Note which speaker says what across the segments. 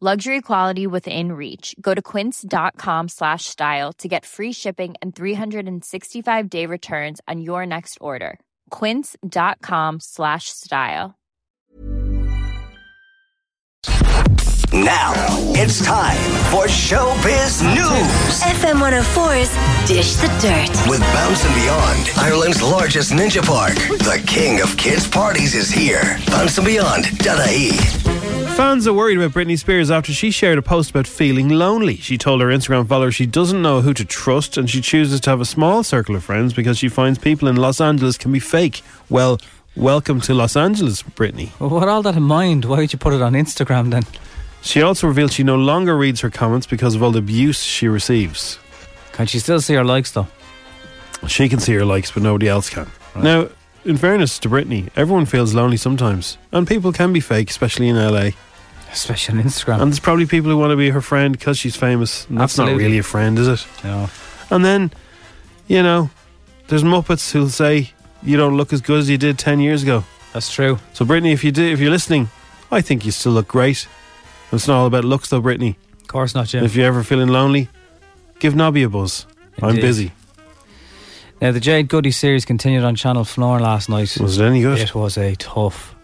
Speaker 1: Luxury quality within reach. Go to quince.com slash style to get free shipping and 365 day returns on your next order. Quince.com slash style.
Speaker 2: Now it's time for Showbiz News
Speaker 3: FM 104's Dish the Dirt.
Speaker 2: with Bounce and Beyond, Ireland's largest ninja park. The king of kids' parties is here. Bounce and Beyond, Dadae.
Speaker 4: Fans are worried about Britney Spears after she shared a post about feeling lonely. She told her Instagram followers she doesn't know who to trust and she chooses to have a small circle of friends because she finds people in Los Angeles can be fake. Well, welcome to Los Angeles, Britney.
Speaker 5: Well, with all that in mind, why would you put it on Instagram then?
Speaker 4: She also revealed she no longer reads her comments because of all the abuse she receives.
Speaker 5: Can she still see her likes though?
Speaker 4: She can see her likes, but nobody else can. Now, in fairness to Britney, everyone feels lonely sometimes, and people can be fake, especially in LA.
Speaker 5: Especially on Instagram.
Speaker 4: And there's probably people who want to be her friend because she's famous. And that's not
Speaker 5: Absolutely.
Speaker 4: really a friend, is it?
Speaker 5: no.
Speaker 4: And then, you know, there's Muppets who'll say you don't look as good as you did ten years ago.
Speaker 5: That's true.
Speaker 4: So, Brittany, if you do, if you're listening, I think you still look great. It's not all about looks, though, Brittany.
Speaker 5: Of course not, Jim.
Speaker 4: And if you're ever feeling lonely, give Nobby a buzz. I'm
Speaker 5: Indeed.
Speaker 4: busy.
Speaker 5: Now, the Jade Goody series continued on Channel Floor last night.
Speaker 4: Was it any good?
Speaker 5: It was a tough,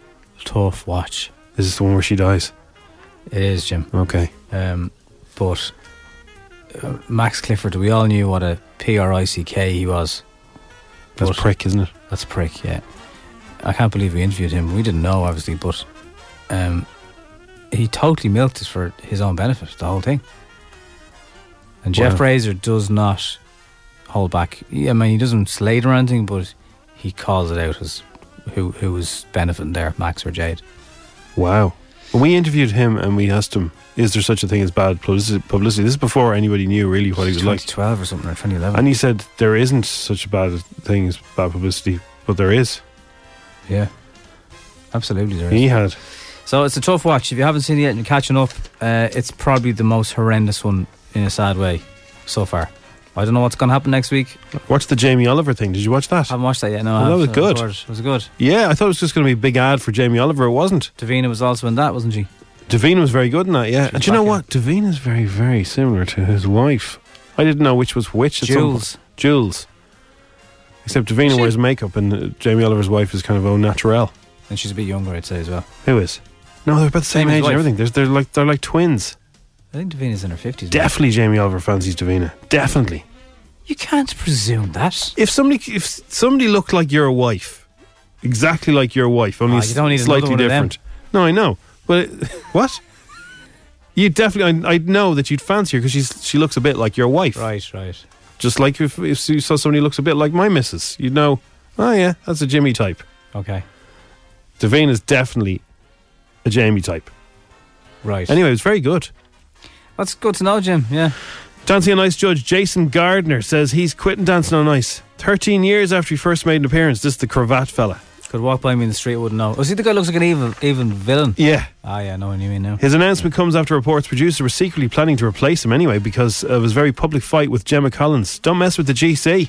Speaker 5: tough watch.
Speaker 4: Is this the one where she dies?
Speaker 5: It is, Jim.
Speaker 4: Okay.
Speaker 5: Um, but uh, Max Clifford, we all knew what a P R I C K he was.
Speaker 4: That's
Speaker 5: But-
Speaker 4: prick, isn't it?
Speaker 5: That's a prick, yeah. I can't believe we interviewed him. We didn't know, obviously, but um, he totally milked it for his own benefit, the whole thing. And Jeff
Speaker 4: Wow.
Speaker 5: Fraser does not hold back. He- I mean, he doesn't slate or anything, but he calls it out as who who was benefiting there, Max or Jade.
Speaker 4: Wow. When we interviewed him and we asked him, is there such a thing as bad publici- publicity? This is before anybody knew really what he was like.
Speaker 5: 2012 or something, or 2011.
Speaker 4: And he said, there isn't such a bad thing as bad publicity, but there is.
Speaker 5: yeah, absolutely. There is.
Speaker 4: He had.
Speaker 5: So it's a tough watch. If you haven't seen it yet and you're catching up, uh, it's probably the most horrendous one in a sad way so far. I don't know what's going to happen next week.
Speaker 4: Watch the Jamie Oliver thing. Did you watch that?
Speaker 5: haven't watched that yet. No, I
Speaker 4: Well, that
Speaker 5: haven't.
Speaker 4: was good.
Speaker 5: It was good.
Speaker 4: yeah, I thought it was just going to be a big ad for Jamie Oliver. It wasn't.
Speaker 5: Davina was also in that, wasn't she?
Speaker 4: Davina was very good in that, yeah.
Speaker 5: She
Speaker 4: And
Speaker 5: was
Speaker 4: do you know what?
Speaker 5: back
Speaker 4: Davina's very, very similar to his wife. I didn't know which was which. at some point.
Speaker 5: Jules.
Speaker 4: Jules. Except Davina
Speaker 5: She-
Speaker 4: wears makeup and uh, Jamie Oliver's wife is kind of au naturel.
Speaker 5: And she's a bit younger, I'd say as well.
Speaker 4: Who is? No, they're about the same
Speaker 5: Davina's
Speaker 4: age and
Speaker 5: wife.
Speaker 4: everything. They're, they're like they're like twins.
Speaker 5: I think Davina's in her fifties.
Speaker 4: Definitely, Jamie Oliver fancies Davina. Definitely.
Speaker 5: You can't presume that.
Speaker 4: If somebody if somebody looked like your wife, exactly like your wife, only
Speaker 5: Ah, you don't need another
Speaker 4: slightly
Speaker 5: one of them.
Speaker 4: different. No, I know, but it, what? You definitely, I, I know that you'd fancy her because she's she looks a bit like your wife,
Speaker 5: Right, right.
Speaker 4: Just like if, if you saw somebody who looks a bit like my missus, you'd know. Oh yeah, that's a Jimmy type.
Speaker 5: Okay.
Speaker 4: Davina's definitely a Jamie type.
Speaker 5: Right.
Speaker 4: Anyway, it was very good.
Speaker 5: That's good to know, Jim. Yeah.
Speaker 4: Dancing on Ice judge Jason Gardner says he's quitting Dancing on Ice. 13 years after he first made an appearance. This is the cravat fella.
Speaker 5: Could walk by me in the street, wouldn't know. Oh, see, the guy looks like an evil, even villain.
Speaker 4: Yeah.
Speaker 5: Ah, yeah, I know what you mean now.
Speaker 4: His announcement comes after reports producers were secretly planning to replace him anyway because of his very public fight with Gemma Collins. Don't mess with the GC.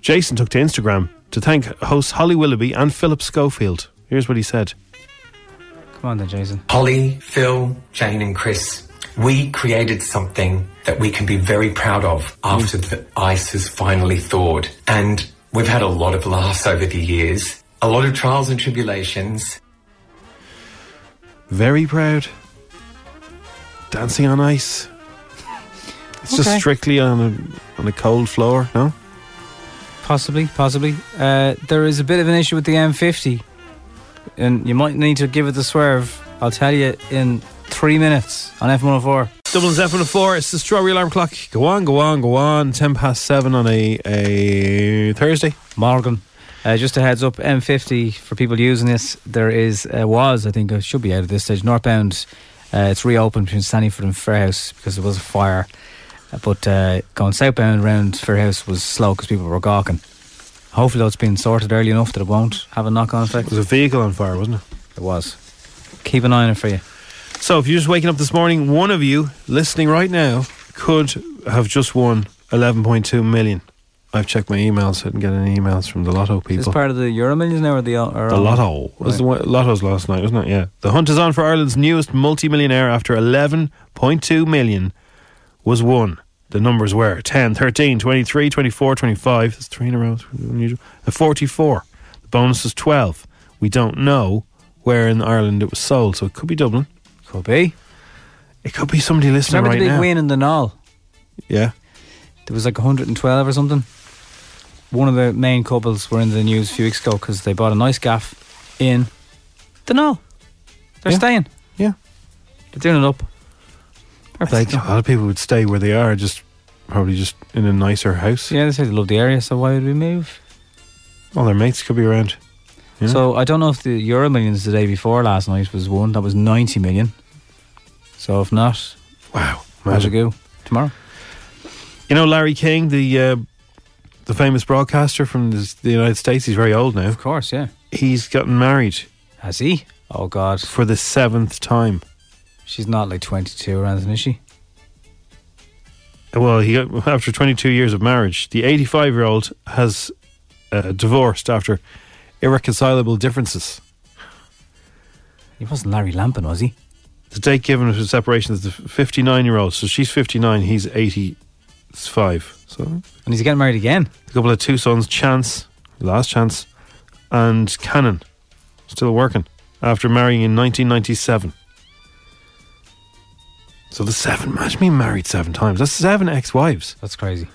Speaker 4: Jason took to Instagram to thank hosts Holly Willoughby and Philip Schofield. Here's what he said.
Speaker 5: Come on then, Jason.
Speaker 6: Holly, Phil, Jane, and Chris, we created something that we can be very proud of after the ice has finally thawed. And we've had a lot of laughs over the years, a lot of trials and tribulations.
Speaker 4: Very proud. Dancing on Ice. It's It's just
Speaker 5: Okay.
Speaker 4: strictly on a on a cold floor, no?
Speaker 5: Possibly, possibly. Uh, there is a bit of an issue with the M50, and you might need to give it the swerve. I'll tell you in three minutes on F104.
Speaker 4: Dublin's F104, it's the strawberry alarm clock. Go on, go on, go on. 10 past 7 on a, a Thursday.
Speaker 5: Morgan. Uh, just a heads up, M50 for people using this. There is uh, was I think it should be out at this stage. Northbound, uh, it's reopened between Sandyford and Fairhouse because there was a fire. Uh, But uh, going southbound around Fairhouse was slow because people were gawking. Hopefully, that's been sorted early enough that it won't have a knock-on effect.
Speaker 4: There was a vehicle on fire, wasn't it?
Speaker 5: It was. Keep an eye on it for you.
Speaker 4: So if you're just waking up this morning, one of you listening right now could have just won 11.2 million. I've checked my emails. I didn't get any emails from the lotto
Speaker 5: Is
Speaker 4: people.
Speaker 5: this part of the Euro Millions now or the or
Speaker 4: The Lotto. It was the one- Lotto's last night, wasn't it? Yeah. The hunt is on for Ireland's newest multimillionaire after 11.2 million was won. The numbers were 10, 13, 23, 24, 25. That's three in a row. it's Unusual. And 44. The bonus is 12. We don't know where in Ireland it was sold, so it could be Dublin.
Speaker 5: Could be.
Speaker 4: It could be somebody listening
Speaker 5: Remember
Speaker 4: right
Speaker 5: the big
Speaker 4: now.
Speaker 5: win in the Knoll?
Speaker 4: Yeah.
Speaker 5: There was like 112 or something. One of the main couples were in the news a few weeks ago because they bought a nice gaff in the Knoll. They're
Speaker 4: Yeah.
Speaker 5: staying.
Speaker 4: Yeah.
Speaker 5: They're doing it up. Fair
Speaker 4: I
Speaker 5: play
Speaker 4: think
Speaker 5: to
Speaker 4: a
Speaker 5: them.
Speaker 4: lot of people would stay where they are, just probably just in a nicer house.
Speaker 5: Yeah, they say they love the area, so why would we move?
Speaker 4: All their mates could be around. Yeah.
Speaker 5: So I don't know if the Euro Millions the day before last night was one. That was 90 million. So if not,
Speaker 4: Wow.
Speaker 5: how's it
Speaker 4: Imagine.
Speaker 5: go tomorrow?
Speaker 4: You know Larry King, the uh, the famous broadcaster from the, the United States. He's very old now.
Speaker 5: Of course, yeah.
Speaker 4: He's gotten married
Speaker 5: Has he? Oh God,
Speaker 4: for the seventh time.
Speaker 5: she's not like 22 or anything, is she?
Speaker 4: Well, he got, after 22 years of marriage, the 85 year old has uh, divorced after irreconcilable differences.
Speaker 5: He wasn't Larry Lampin, was he?
Speaker 4: The date given for separation is the 59 year old. So she's 59, he's 85. So
Speaker 5: And he's getting married again.
Speaker 4: a couple of two sons, Chance, last chance, and Cannon, still working after marrying in 1997. So the seven, imagine being married seven times. That's seven ex-wives,
Speaker 5: That's crazy.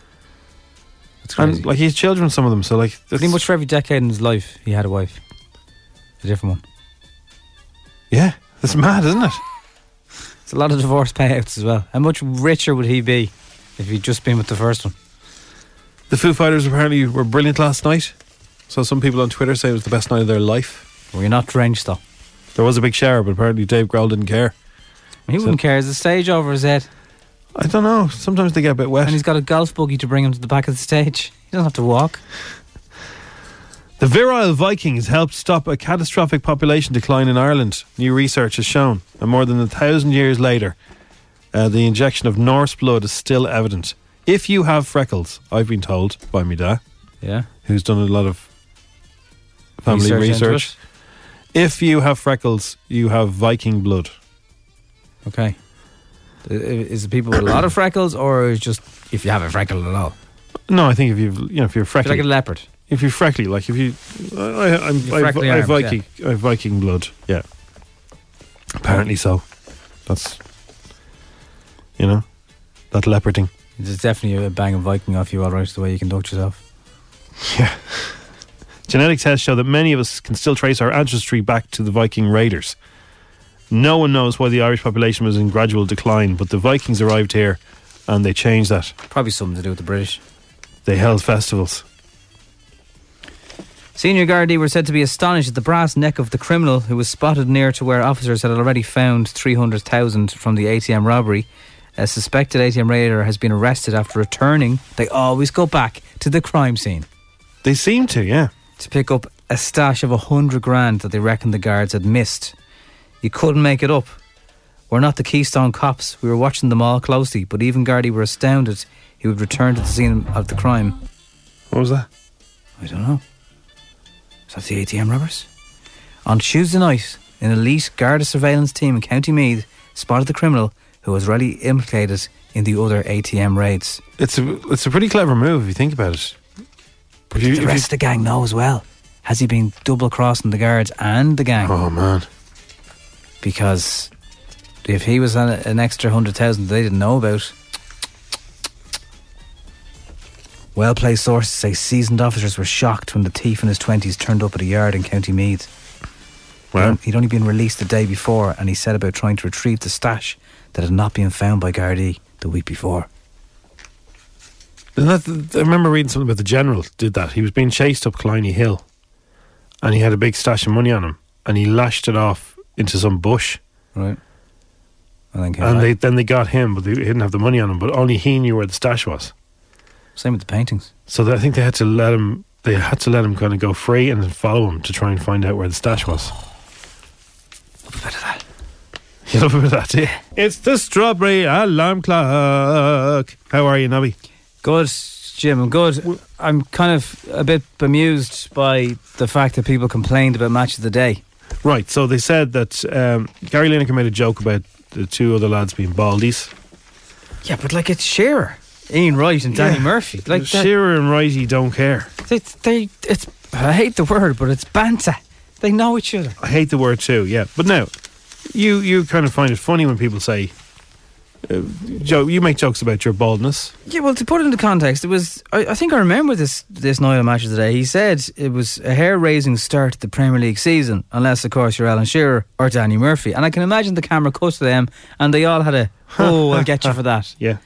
Speaker 5: That's crazy.
Speaker 4: and like he has children, some of them. So like, that's,
Speaker 5: Pretty much for every decade in his life, he had a wife. A different one.
Speaker 4: yeah, that's mad, isn't it?
Speaker 5: It's a lot of divorce payouts as well. How much richer would he be if he'd just been with the first one?
Speaker 4: The Foo Fighters apparently were brilliant last night. So some people on Twitter say it was the best night of their life.
Speaker 5: Well, you're not drenched though.
Speaker 4: There was a big shower, but apparently Dave Grohl didn't care.
Speaker 5: He wouldn't care. There's a stage over his head,
Speaker 4: I don't know. Sometimes they get a bit wet.
Speaker 5: and he's got a golf buggy to bring him to the back of the stage. He doesn't have to walk.
Speaker 4: The virile Vikings helped stop a catastrophic population decline in Ireland, new research has shown. And more than a thousand years later, uh, the injection of Norse blood is still evident. If you have freckles, I've been told by my dad,
Speaker 5: Yeah.
Speaker 4: who's done a lot of family
Speaker 5: Research into
Speaker 4: research. If you have freckles, you have Viking blood.
Speaker 5: it. Okay. I- i- Is it people with a lot of freckles, or is just if you have a freckle at all?
Speaker 4: No, I think if you've, you know, if you're
Speaker 5: If you're
Speaker 4: freckly,
Speaker 5: like a leopard.
Speaker 4: if you're freckly, like if you, I, I, I'm,
Speaker 5: You're
Speaker 4: I,
Speaker 5: freckly
Speaker 4: I,
Speaker 5: arms,
Speaker 4: Viking, I Viking blood. Yeah, apparently so. That's you know that leoparding.
Speaker 5: There's definitely a bang of Viking off you, all right, the way you conduct yourself.
Speaker 4: Genetic tests show that many of us can still trace our ancestry back to the Viking raiders. No one knows why the Irish population was in gradual decline, but the Vikings arrived here and they changed that.
Speaker 5: Probably something to do with the British.
Speaker 4: They held festivals.
Speaker 5: Senior Gardaí were said to be astonished at the brass neck of the criminal who was spotted near to where officers had already found 300,000 from the ATM robbery. A suspected ATM raider has been arrested after returning. They always go back to the crime scene
Speaker 4: They seem to, yeah.
Speaker 5: to pick up a stash of 100 grand that they reckon the guards had missed. You couldn't make it up. We're not the Keystone cops. We were watching them all closely, but even Gardaí were astounded he would return to the scene of the crime.
Speaker 4: What was that?
Speaker 5: I don't know. Is that the ATM robbers? On Tuesday night, an elite Garda surveillance team in County Meath spotted the criminal who was already implicated in the other ATM raids.
Speaker 4: It's a it's a pretty clever move if you think about it.
Speaker 5: But
Speaker 4: If you-
Speaker 5: did
Speaker 4: if
Speaker 5: the
Speaker 4: you-
Speaker 5: rest of the gang know as well? Has he been double crossing the guards and the gang?
Speaker 4: Oh man.
Speaker 5: Because if he was on a- an extra hundred thousand they didn't know about, Well placed sources say seasoned officers were shocked when the thief in his 20s turned up at a yard in County Meath.
Speaker 4: Well,
Speaker 5: He'd only been released the day before and he set about trying to retrieve the stash that had not been found by Gardaí the week before.
Speaker 4: Isn't that- I remember reading something about the general did that. He was being chased up Cliny Hill, and he had a big stash of money on him, and he lashed it off into some bush,
Speaker 5: Right. And then came
Speaker 4: and
Speaker 5: back.
Speaker 4: they then they got him, but they didn't have the money on him. But only he knew where the stash was.
Speaker 5: Same with the paintings.
Speaker 4: So that- I think they had to let him. They had to let him kind of go free and then follow him to try and find out where the stash was. You love a bit of that, do you? It's the strawberry alarm clock. How are you, Nobby?
Speaker 5: Good, Jim. I'm good. I'm kind of a bit bemused by the fact that people complained about match of the day.
Speaker 4: Right. So they said that um, Gary Lineker made a joke about the two other lads being baldies.
Speaker 5: Yeah, but like it's Shearer, Ian Wright, and Danny
Speaker 4: Yeah.
Speaker 5: Murphy. Like that,
Speaker 4: Shearer and Righty don't care.
Speaker 5: they, they, it's. I hate the word, but it's banter. They know each other.
Speaker 4: I hate the word too. Yeah, but now you you kind of find it funny when people say, uh, "Joe, you make jokes about your baldness."
Speaker 5: Yeah, well, to put it into context, it was. I, I think I remember this this night on matches today. He said it was a hair raising start to the Premier League season, unless of course you're Alan Shearer or Danny Murphy. And I can imagine the camera cut to them, and they all had a oh, I'll get you for that.
Speaker 4: Yeah,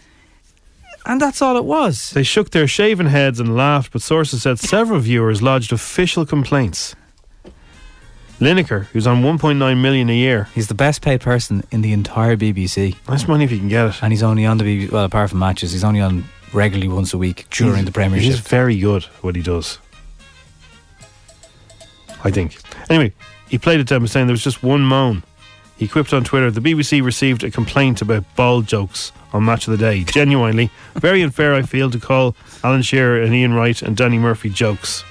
Speaker 5: And that's all it was.
Speaker 4: they shook their shaven heads and laughed, but sources said several viewers lodged official complaints. Lineker, who's on 1.9 million a year,
Speaker 5: He's the best paid person in the entire BBC,
Speaker 4: nice money if you can get it.
Speaker 5: and he's only on the BBC. Well, apart from matches, he's only on regularly once a week during
Speaker 4: He's-
Speaker 5: the Premiership.
Speaker 4: He's very good at what he does. I think. Anyway, he played it down by saying there was just one moan. He quipped on Twitter, the BBC received a complaint about bald jokes on Match of the Day. Genuinely, very unfair I feel to call Alan Shearer and Ian Wright and Danny Murphy jokes.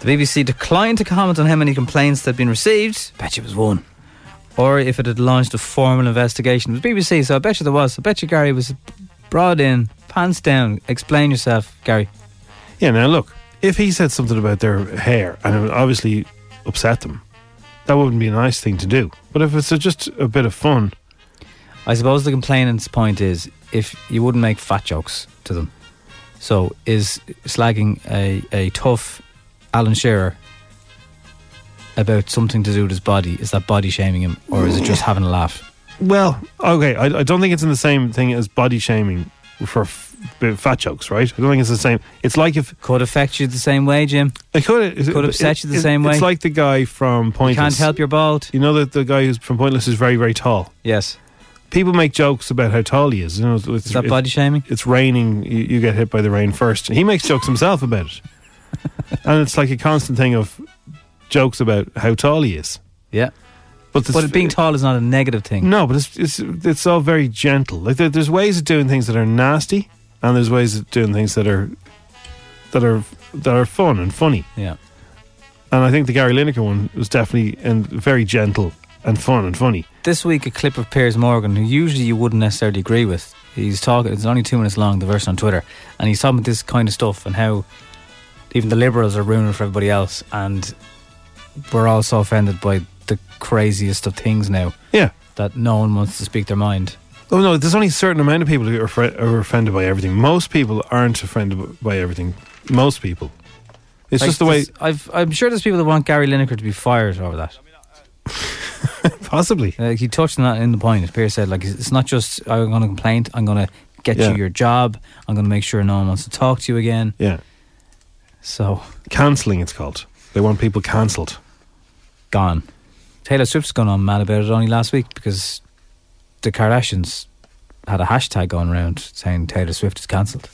Speaker 5: The BBC declined to comment on how many complaints that had been received. Bet you it was one. Or if it had launched a formal investigation. It was BBC, so I bet you there was. I bet you Gary was brought in, pants down. Explain yourself, Gary.
Speaker 4: Yeah, now look, if he said something about their hair and it would obviously upset them, that wouldn't be a nice thing to do. But if it's a, just a bit of fun,
Speaker 5: I suppose the complainant's point is if you wouldn't make fat jokes to them. So is slagging a, a tough Alan Shearer about something to do with his body, is that body shaming him or is it just having a laugh?
Speaker 4: Well, okay, I, I don't think it's in the same thing as body shaming for f- b- fat jokes, right? I don't think it's the same. It's like if
Speaker 5: Could affect you the same way, Jim.
Speaker 4: I could it,
Speaker 5: Could upset you the same way.
Speaker 4: It's like the guy from
Speaker 5: You
Speaker 4: Pointless.
Speaker 5: can't help your bald.
Speaker 4: You know that the guy who's from Pointless is very, very tall.
Speaker 5: Yes.
Speaker 4: People make jokes about how tall he is. You know, it's,
Speaker 5: Is that body shaming?
Speaker 4: It's raining. You, you get hit by the rain first. He makes jokes himself about it, and it's like a constant thing of jokes about how tall he is.
Speaker 5: Yeah.
Speaker 4: But, this-
Speaker 5: But it being tall is not a negative thing.
Speaker 4: No, but it's it's it's all very gentle. Like there, there's ways of doing things that are nasty, and there's ways of doing things that are that are that are fun and funny.
Speaker 5: Yeah.
Speaker 4: And I think the Gary Lineker one was definitely and very gentle and fun and funny.
Speaker 5: This week, a clip of Piers Morgan, who usually you wouldn't necessarily agree with. He's talking, it's only two minutes long, the verse on Twitter, and he's talking about this kind of stuff and how even the Liberals are ruining for everybody else, and we're all so offended by the craziest of things now
Speaker 4: Yeah.
Speaker 5: that no one wants to speak their mind.
Speaker 4: Oh no, there's only a certain amount of people who are, fre- are offended by everything. Most people aren't offended by everything. Most people. It's
Speaker 5: Like,
Speaker 4: just the way,
Speaker 5: this- I've, I'm sure there's people that want Gary Lineker to be fired over that.
Speaker 4: possibly.
Speaker 5: Uh, he touched on that in the point. As Pierce said, like it's- it's not just "Oh, I'm going to complain. I'm going to get
Speaker 4: Yeah.
Speaker 5: you your job. I'm going to make sure no one wants to talk to you again.
Speaker 4: Yeah,
Speaker 5: So
Speaker 4: cancelling. It's called. They want people cancelled.
Speaker 5: gone. Taylor Swift's gone on mad about it only last week because the Kardashians had a hashtag going around saying Taylor Swift is cancelled.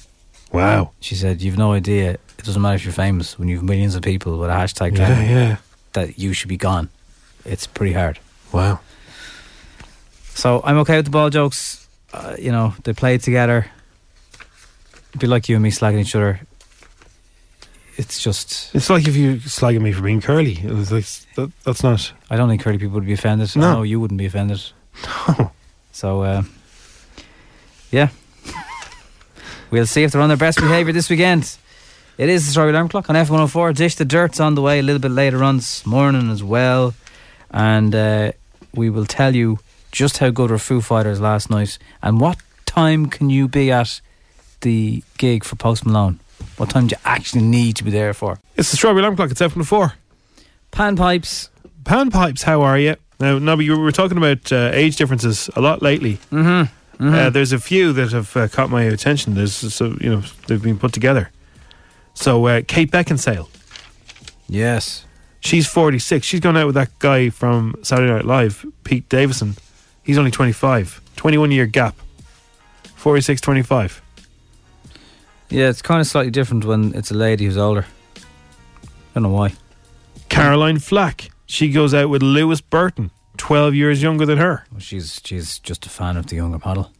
Speaker 4: Wow.
Speaker 5: She said, "You've no idea. It doesn't matter if you're famous when you've millions of people with a hashtag
Speaker 4: Yeah,
Speaker 5: trending
Speaker 4: yeah.
Speaker 5: that you should be gone. It's pretty hard."
Speaker 4: Wow.
Speaker 5: So I'm okay with the ball jokes. Uh, you know, they play together. It'd be like you and me slagging each other. It's just,
Speaker 4: It's like if you slagging me for being curly. It was like, that, that's not.
Speaker 5: I don't think curly people would be offended.
Speaker 4: No.
Speaker 5: I know you wouldn't be offended. So, uh, yeah. we'll see if they're on their best behaviour this weekend. It is the Strawberry Alarm Clock on F104. Dish the Dirt's on the way a little bit later on this morning as well. And uh, we will tell you just how good were Foo Fighters last night and what time can you be at the gig for Post Malone? What time do you actually need to be there for?
Speaker 4: It's the Strawberry Alarm Clock. It's out from the four.
Speaker 5: Panpipes.
Speaker 4: Panpipes, how are you? Now, Nobby, you were talking about uh, age differences a lot lately. Mm-hmm. Uh, there's a few that have uh, caught my attention. There's so you know they've been put together. So uh, Kate Beckinsale,
Speaker 5: Yes.
Speaker 4: she's 46. She's gone out with that guy from Saturday Night Live, Pete Davison. He's only 25. 21 year gap. 46, 25.
Speaker 5: Yeah, it's kind of slightly different when it's a lady who's older. I don't know why.
Speaker 4: Caroline Flack. She goes out with Lewis Burton, 12 years younger than her.
Speaker 5: Well, she's she's just a fan of the younger model.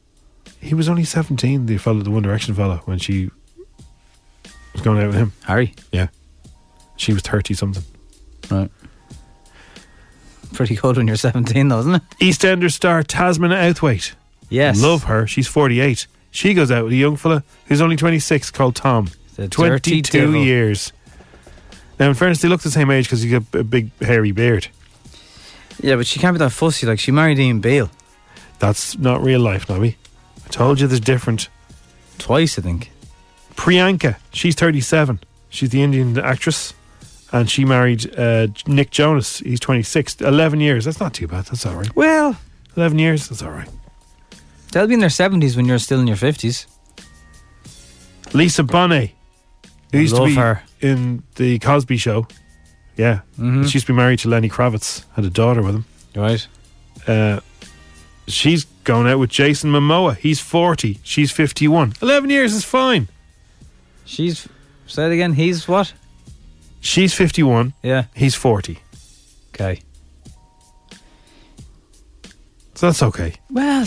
Speaker 4: He was only 17, the fellow, the One Direction fella, when she was going out with him.
Speaker 5: Harry.
Speaker 4: Yeah. She was 30 something.
Speaker 5: Right. Pretty good when you're 17, though, isn't it?
Speaker 4: EastEnders star Tasman Outhwaite.
Speaker 5: Yes.
Speaker 4: Love her. She's 48. She goes out with a young fella who's only 26 called Tom.
Speaker 5: The dirty
Speaker 4: 22
Speaker 5: devil.
Speaker 4: years. Now, in fairness, they look the same age because he's got a big hairy beard.
Speaker 5: Yeah, but she can't be that fussy. Like, she married Ian Beale
Speaker 4: That's not real life, Nobby. I told you there's different.
Speaker 5: twice, I think.
Speaker 4: Priyanka, she's 37. She's the Indian actress. And she married uh, Nick Jonas. He's 26. 11 years. That's not too bad. That's all right.
Speaker 5: Well,
Speaker 4: 11 years. That's all right.
Speaker 5: they'll be in their 70s when you're still in your 50s.
Speaker 4: Lisa Bonet, who used to
Speaker 5: Love
Speaker 4: be
Speaker 5: her.
Speaker 4: in the Cosby Show. Yeah,
Speaker 5: Mm-hmm.
Speaker 4: she used to be married to Lenny Kravitz. Had a daughter with him.
Speaker 5: Right.
Speaker 4: Uh, she's going out with Jason Momoa. He's forty. She's fifty-one. Eleven years is fine.
Speaker 5: She's. Say it again. He's what?
Speaker 4: She's fifty-one.
Speaker 5: Yeah.
Speaker 4: He's forty.
Speaker 5: Okay.
Speaker 4: So that's okay.
Speaker 5: Well,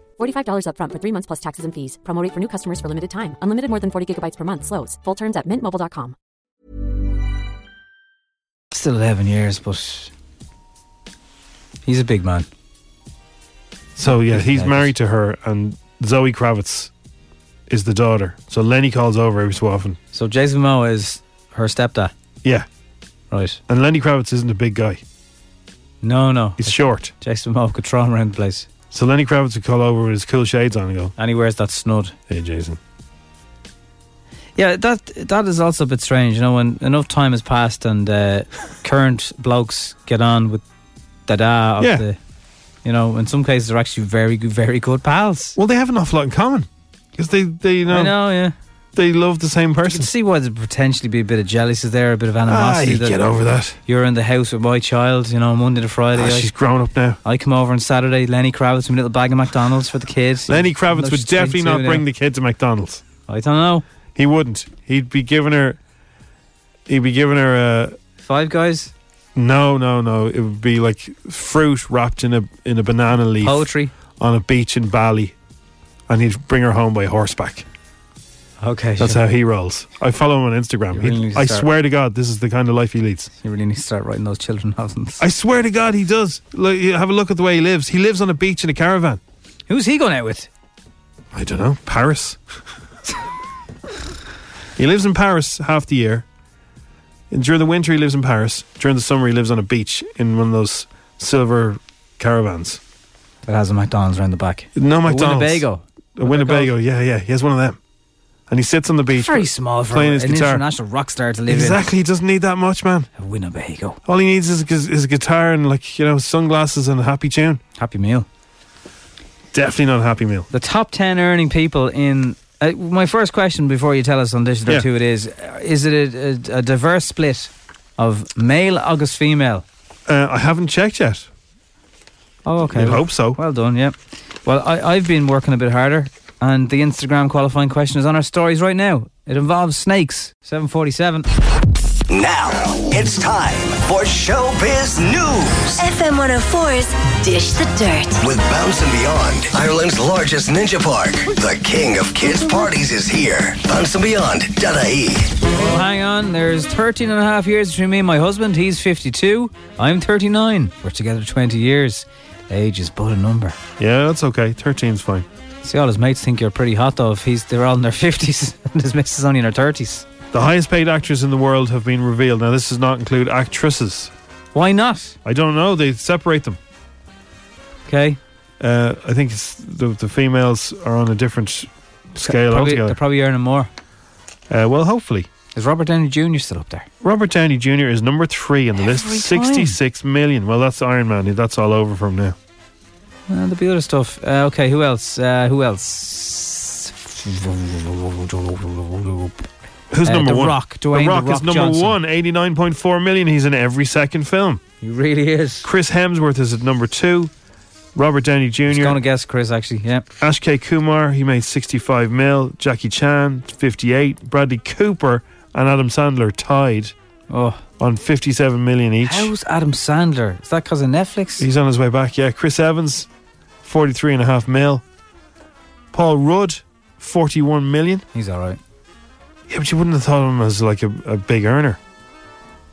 Speaker 7: $45 upfront for three months plus taxes and fees. Promo rate for new customers for limited time. Unlimited more than 40 gigabytes per month. Slows. Full terms at mintmobile.com.
Speaker 5: still 11 years, but. He's a big man.
Speaker 4: So yeah, he's
Speaker 5: nice.
Speaker 4: married to her, and Zoe Kravitz is the daughter. So Lenny calls over every so often.
Speaker 5: So Jason Momoa is her stepdad.
Speaker 4: Yeah,
Speaker 5: Right.
Speaker 4: and Lenny Kravitz isn't a big guy.
Speaker 5: No, no.
Speaker 4: He's short.
Speaker 5: Jason Momoa could throw him around the place.
Speaker 4: So Lenny Kravitz would call over with his cool shades on and go,
Speaker 5: And he wears that snud.
Speaker 4: "Hey, Jason."
Speaker 5: Yeah, that that is also a bit strange. You know, when enough time has passed and uh, current blokes get on with da da of
Speaker 4: Yeah.
Speaker 5: the, you know, in some cases they're actually very good, very good pals.
Speaker 4: Well, they have an awful lot in common because they, they you
Speaker 5: I
Speaker 4: know,
Speaker 5: know, yeah.
Speaker 4: they love the same
Speaker 5: You can
Speaker 4: person.
Speaker 5: see why there'd potentially be a bit of jealousy there, a bit of
Speaker 4: Ah,
Speaker 5: animosity.
Speaker 4: you
Speaker 5: that
Speaker 4: get over that.
Speaker 5: You're in the house with my child, you know, Monday to Friday.
Speaker 4: Ah,
Speaker 5: I,
Speaker 4: she's grown up now.
Speaker 5: I come over on Saturday. Lenny Kravitz with a little bag of McDonald's for the kids.
Speaker 4: Lenny Kravitz would
Speaker 5: She's
Speaker 4: definitely not
Speaker 5: 22
Speaker 4: bring
Speaker 5: now.
Speaker 4: the kid to McDonald's.
Speaker 5: I don't know.
Speaker 4: He wouldn't. He'd be giving her. He'd be giving her
Speaker 5: Five guys,
Speaker 4: a no, no, no. It would be like fruit wrapped in a in a banana leaf
Speaker 5: poetry.
Speaker 4: on a beach in Bali, and he'd bring her home by horseback.
Speaker 5: Okay,
Speaker 4: That's
Speaker 5: sure.
Speaker 4: how he rolls. I follow him on Instagram.
Speaker 5: You really
Speaker 4: He-
Speaker 5: need to
Speaker 4: I
Speaker 5: start.
Speaker 4: swear to God, this is the kind of life he leads.
Speaker 5: You really need to start writing those children novels.
Speaker 4: I swear to God, he does. Look, you have a look at the way he lives. He lives on a beach in a caravan.
Speaker 5: Who's he going out with?
Speaker 4: I don't know, Paris. he lives in Paris half the year. During the winter, he lives in Paris. During the summer, he lives on a beach in one of those silver caravans.
Speaker 5: That has a McDonald's around the back.
Speaker 4: No McDonald's.
Speaker 5: Winnebago.
Speaker 4: A Winnebago, yeah, yeah. He has one of them. And he sits on the beach.
Speaker 5: Very small for
Speaker 4: playing
Speaker 5: an
Speaker 4: his guitar.
Speaker 5: international rock star to live
Speaker 4: Exactly, he doesn't need that much, man.
Speaker 5: in. Winnebago.
Speaker 4: All he needs is his, his guitar and, like, you know, sunglasses and a happy tune.
Speaker 5: Happy meal.
Speaker 4: Definitely not a happy meal.
Speaker 5: The top 10 earning people in. Uh, my first question before you tell us on Dish Dirt
Speaker 4: Yeah.
Speaker 5: 2 it is uh, Is it a, a, a diverse split of male, August female?
Speaker 4: Uh, I haven't checked yet.
Speaker 5: Oh, okay.
Speaker 4: You'd
Speaker 5: Well-
Speaker 4: hope so.
Speaker 5: Well done, yeah. Well, I, I've been working a bit harder, and the Instagram qualifying question is on our stories right now. It involves snakes. 747.
Speaker 2: Now it's time for Showbiz News
Speaker 3: FM 104's Dish the Dirt.
Speaker 2: with Bounce and Beyond. Ireland's largest ninja park. The king of kids' parties is here. Bounce and Beyond. ie.
Speaker 5: Well, hang on. There's 13 and a half years between me and my husband. He's 52. I'm 39. We're together 20 years. Age is but a number.
Speaker 4: Yeah, that's okay. 13's fine.
Speaker 5: See, all his mates think you're pretty hot, though. If he's, they're all in their 50s, and his missus is only in her 30s.
Speaker 4: The highest paid actors in the world have been revealed. Now, this does not include actresses.
Speaker 5: Why not?
Speaker 4: I don't know. They separate them.
Speaker 5: Okay.
Speaker 4: Uh, I think it's the, the females are on a different scale
Speaker 5: probably,
Speaker 4: altogether.
Speaker 5: They're probably earning more.
Speaker 4: Uh, well, hopefully.
Speaker 5: Is Robert Downey Jr. still up there?
Speaker 4: Robert Downey Jr. is number three on the list.
Speaker 5: Every time.
Speaker 4: 66 million. Well, that's Iron Man. That's all over for him now.
Speaker 5: Uh, there'll be other stuff. Uh, okay, who else? Uh, who else?
Speaker 4: Who's
Speaker 5: Uh,
Speaker 4: number
Speaker 5: The
Speaker 4: one?
Speaker 5: Rock, Dwayne
Speaker 4: the
Speaker 5: The
Speaker 4: Rock
Speaker 5: Rock
Speaker 4: is number
Speaker 5: Johnson.
Speaker 4: one, 89.4 million. He's in every second film.
Speaker 5: He really is.
Speaker 4: Chris Hemsworth is at number two. Robert Downey Jr.
Speaker 5: I was going to guess Chris, actually. Yeah.
Speaker 4: Ash K. Kumar, he made 65 mil. Jackie Chan, 58. Bradley Cooper and Adam Sandler tied
Speaker 5: Oh,
Speaker 4: on 57 million each.
Speaker 5: how's Adam Sandler? Is that because of Netflix?
Speaker 4: He's on his way back, yeah. Chris Evans, 43 and a half mil. Paul Rudd, 41 million.
Speaker 5: He's all right.
Speaker 4: Yeah, but you wouldn't have thought of him as like a, a big earner.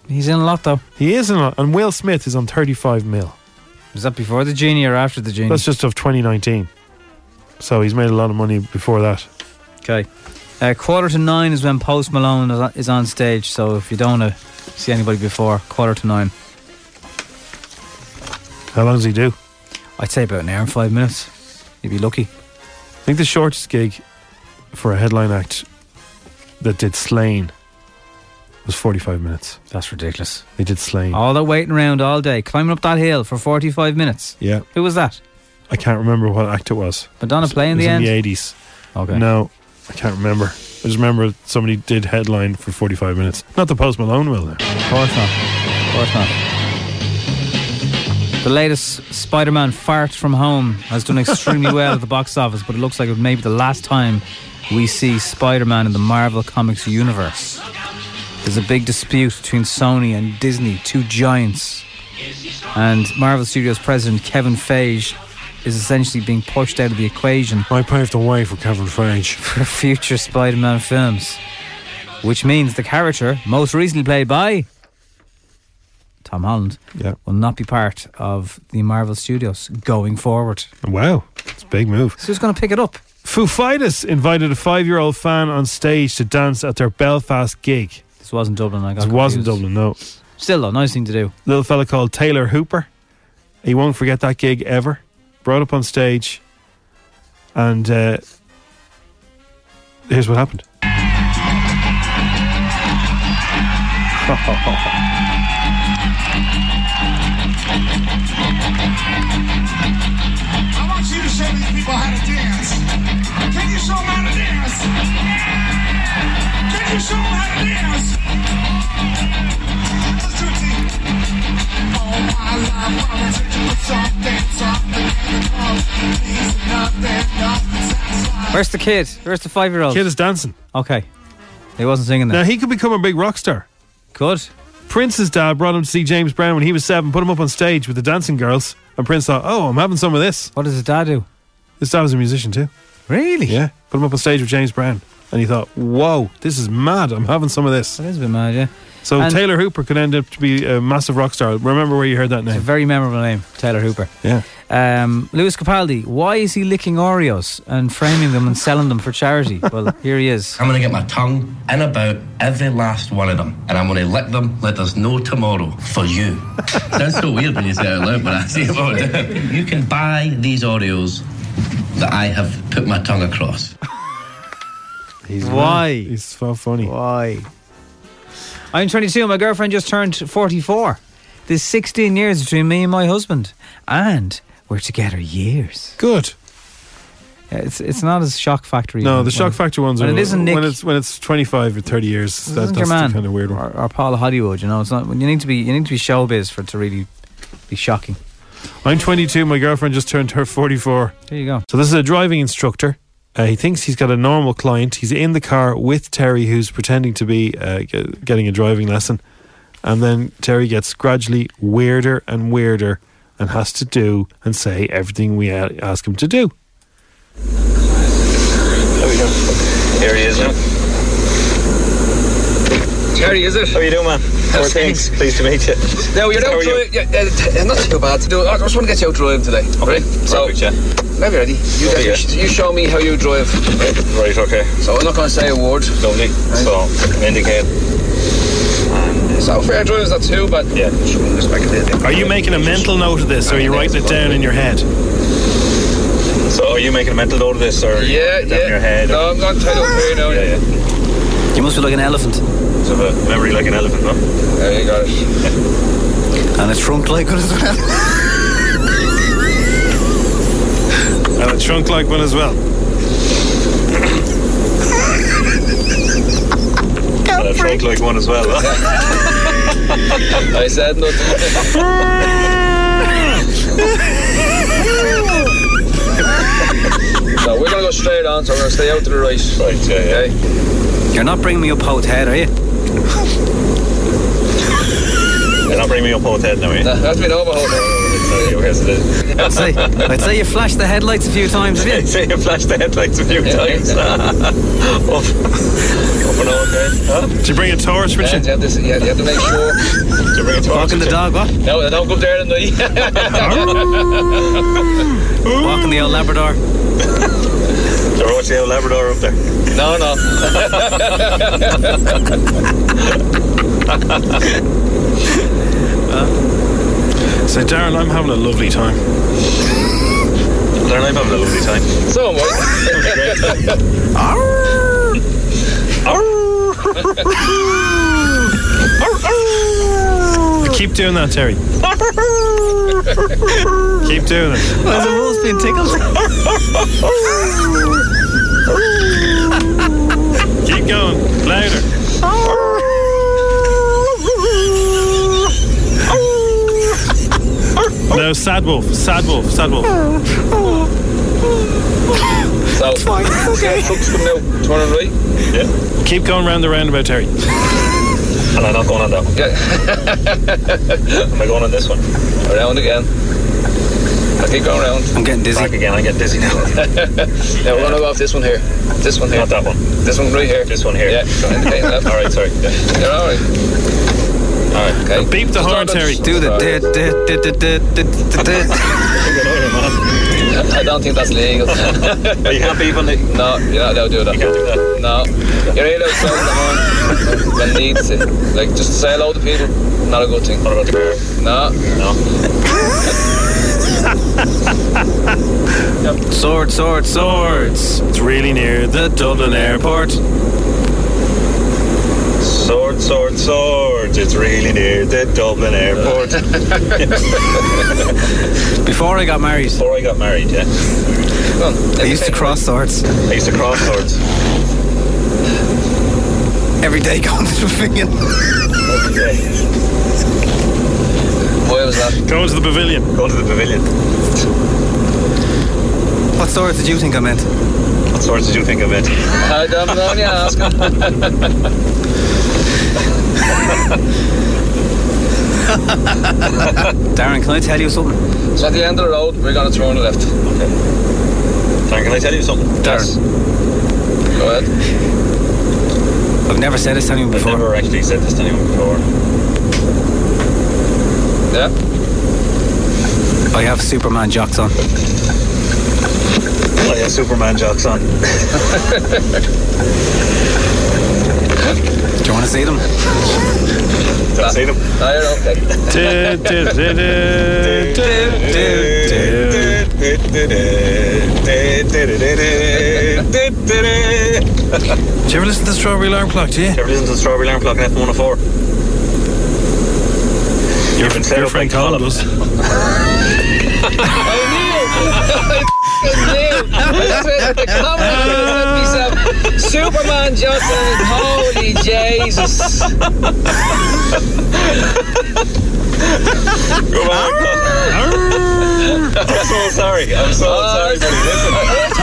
Speaker 5: He's in a lot though.
Speaker 4: He is, in a, and Will Smith is on 35 mil.
Speaker 5: Is that before the genie or after the genie?
Speaker 4: That's just of 2019. So he's made a lot of money before that.
Speaker 5: okay. Uh, quarter to nine is when Post Malone is on- is on stage. So if you don't uh, see anybody before quarter to nine,
Speaker 4: How long does he do?
Speaker 5: I'd say about an hour and five minutes. You'd be lucky.
Speaker 4: I think the shortest gig for a headline act that did Slain was 45 minutes.
Speaker 5: That's ridiculous.
Speaker 4: They did Slain.
Speaker 5: All that waiting around all day, climbing up that hill for forty-five minutes.
Speaker 4: Yeah,
Speaker 5: Who was that?
Speaker 4: I can't remember what act it was. It
Speaker 5: Madonna
Speaker 4: was-
Speaker 5: play in
Speaker 4: it was
Speaker 5: the end?
Speaker 4: In the 80s.
Speaker 5: Okay.
Speaker 4: No, I can't remember. I just remember somebody did headline for 45 minutes. Not the Post Malone will, though.
Speaker 5: Of course not. Of course not. The latest Spider Man Fart From Home has done extremely well at the box office, but it looks like it may be the last time we see Spider Man in the Marvel Comics universe. There's a big dispute between Sony and Disney, two giants. And Marvel Studios president Kevin Feige is essentially being pushed out of the equation
Speaker 4: I paved the way for Kevin Feige.
Speaker 5: for future Spider Man films. Which means the character, most recently played by Tom Holland,
Speaker 4: Yeah.
Speaker 5: will not be part of the Marvel Studios going forward.
Speaker 4: Wow, it's a big move.
Speaker 5: So who's going to pick it up?
Speaker 4: Foo Fighters invited a five-year-old fan on stage to dance at their Belfast gig.
Speaker 5: This wasn't Dublin. I got
Speaker 4: This wasn't
Speaker 5: confused.
Speaker 4: Dublin, no.
Speaker 5: Still, though, nice thing to do.
Speaker 4: little fella called Taylor Hooper. He won't forget that gig ever. Brought up on stage, and uh, here's what happened.
Speaker 8: I want you to show these people how to dance. Can you show them how to dance? Can you show them how to dance? Let's do it, T. All my life, I've been searching for something, something that comes easy, nothing, nothing satisfies.
Speaker 5: Where's the kid? Where's the five year old?
Speaker 4: Kid is dancing.
Speaker 5: Okay. He wasn't singing
Speaker 4: Now
Speaker 5: that.
Speaker 4: he could become a big rock star.
Speaker 5: Good.
Speaker 4: Prince's dad brought him to see James Brown when he was seven. Put him up on stage with the dancing girls, and Prince thought, "Oh, I'm having some of this."
Speaker 5: What does his dad do?
Speaker 4: His dad was a musician too.
Speaker 5: Really?
Speaker 4: Yeah, put him up on stage with James Brown, and he thought, "Whoa, this is mad! I'm having some of this."
Speaker 5: That is a bit mad, yeah.
Speaker 4: So
Speaker 5: And-
Speaker 4: Taylor Hooper could end up to be a massive rock star. Remember where you heard that name? It's a
Speaker 5: very memorable name, Taylor Hooper.
Speaker 4: Yeah.
Speaker 5: Um, Lewis Capaldi, why is he licking Oreos and framing them and selling them for charity? Well, here he is.
Speaker 6: I'm going to get my tongue in about every last one of them, and I'm going to lick them like there's no tomorrow for you. Sounds so weird when you say it out loud, but I see it all down. You can buy these Oreos that I have put my tongue across.
Speaker 5: why?
Speaker 4: He's so funny.
Speaker 5: Why? I'm 22. My girlfriend just turned 44. There's 16 years between me and my husband, and we're together years.
Speaker 4: Good.
Speaker 5: It's it's not as shock factory.
Speaker 4: No, the
Speaker 5: when-
Speaker 4: shock factor ones
Speaker 5: when
Speaker 4: are
Speaker 5: it isn't Nick
Speaker 4: when it's when it's twenty five or thirty years.
Speaker 5: This
Speaker 4: That,
Speaker 5: isn't
Speaker 4: that's
Speaker 5: your man.
Speaker 4: the kind of weird one.
Speaker 5: or, or Paula Hollywood. You know, it's not. You need to be. You need to be showbiz for it to really be shocking.
Speaker 4: I'm 22. My girlfriend just turned her 44.
Speaker 5: There you go.
Speaker 4: So this is a driving instructor. Uh, he thinks he's got a normal client. He's in the car with Terry, who's pretending to be uh, ge- getting a driving lesson. And then Terry gets gradually weirder and weirder and has to do and say everything we a- ask him to do.
Speaker 9: Here he is, man. Terry, is it? How you doing, man? How are things? Pleased to meet you. No, you're
Speaker 10: How
Speaker 9: out
Speaker 10: are you?
Speaker 9: driving. Yeah, uh, t- not too bad. No, I just want to get you out driving today. Okay. Right? So, yeah. Now you're ready. You, get,
Speaker 10: Yeah.
Speaker 9: you sh- you show me how you drive. Right. Okay. So I'm not going to say a word. Lovely. So indicate. And so fair drive is not too bad. Yeah.
Speaker 4: Are you making a mental note of this, or are you writing it down in your head?
Speaker 9: So are you making a mental note of this, or yeah, yeah. your head? No, I'm not tied up here now. Yeah, yeah. You must be like an elephant. So a memory like an elephant, no? Yeah, you got it. and a trunk like one as well.
Speaker 4: And a trunk like one as well.
Speaker 9: and a trunk like one as well. I said nothing. so we're gonna go straight on. So we're gonna stay out to the right. Right. Yeah. Okay. You're not bringing me up out head, are you? You're not bringing me up out head, now, are you? that's been over out head. I'd say,
Speaker 5: I'd say you flashed the headlights a few times. I'd
Speaker 9: say you flashed the headlights a few times.
Speaker 4: Did you bring a torch with you?
Speaker 9: Yeah, you have to, yeah, you have to make sure. Did you bring a torch?
Speaker 5: Walking the dog, what?
Speaker 9: No, they don't go up there in the.
Speaker 5: Walking the old Labrador.
Speaker 9: They're watching the old Labrador up there. No, no.
Speaker 4: So, Darren, I'm having a lovely time.
Speaker 9: Darren, I'm having a lovely time. So am
Speaker 4: Keep doing that, Terry. Keep doing it.
Speaker 5: Has the wolf's been tickled?
Speaker 4: Keep going. Louder. No, sad wolf, sad wolf, sad wolf.
Speaker 9: So, okay. Turn right.
Speaker 4: Yeah. Keep going round the roundabout, Terry.
Speaker 9: And I'm not going on that one. Am I going on this one? Around again. I keep going around. I'm getting dizzy. Back again, I get dizzy now. now we're going to go off this one here. This one here. Not that one. This one right here. This one here. Yeah. okay, left. All right, sorry. You're all right. All right, okay. Beep the horn, Terry. Do the did, did, did, did, did, did, did. I don't think that's legal. Are you can't beep on it? No, you're not allowed to do that. You can't do that. No. You're really allowed to sound the horn that needs it. Like, just say hello to people, not a good thing. What about the bear? No. No.
Speaker 5: Swords, swords, swords.
Speaker 4: It's really near the Dublin airport.
Speaker 9: Sword, sword, swords. It's really near the Dublin airport.
Speaker 5: Before I got married.
Speaker 9: Before I got married, yeah.
Speaker 5: I used to cross swords.
Speaker 9: I used to cross swords.
Speaker 5: Every day going to the thing.
Speaker 9: Where was that?
Speaker 4: Going to the pavilion.
Speaker 9: Going to the pavilion.
Speaker 5: What swords did you think I meant?
Speaker 9: What swords did you think I meant? I don't know, yeah, ask him.
Speaker 5: Darren, can I tell you something?
Speaker 9: So at the end of the road, we're going to turn left. Okay. Darren, can I tell you something? Darren. Go ahead.
Speaker 5: I've never said this to anyone before.
Speaker 9: I've never actually said this to anyone before. Yeah.
Speaker 5: I have Superman jocks on.
Speaker 9: I have Superman jocks on.
Speaker 5: Do you want to see them?
Speaker 9: Don't see them. I don't think.
Speaker 4: Do you ever listen to the Strawberry Alarm Clock, do you?
Speaker 9: ever listen to the Strawberry Alarm Clock on F104? Your, your friend Colin does.
Speaker 8: Superman Johnson, holy Jesus.
Speaker 9: I'm so sorry. I'm so
Speaker 8: Oh,
Speaker 9: sorry, buddy. Listen,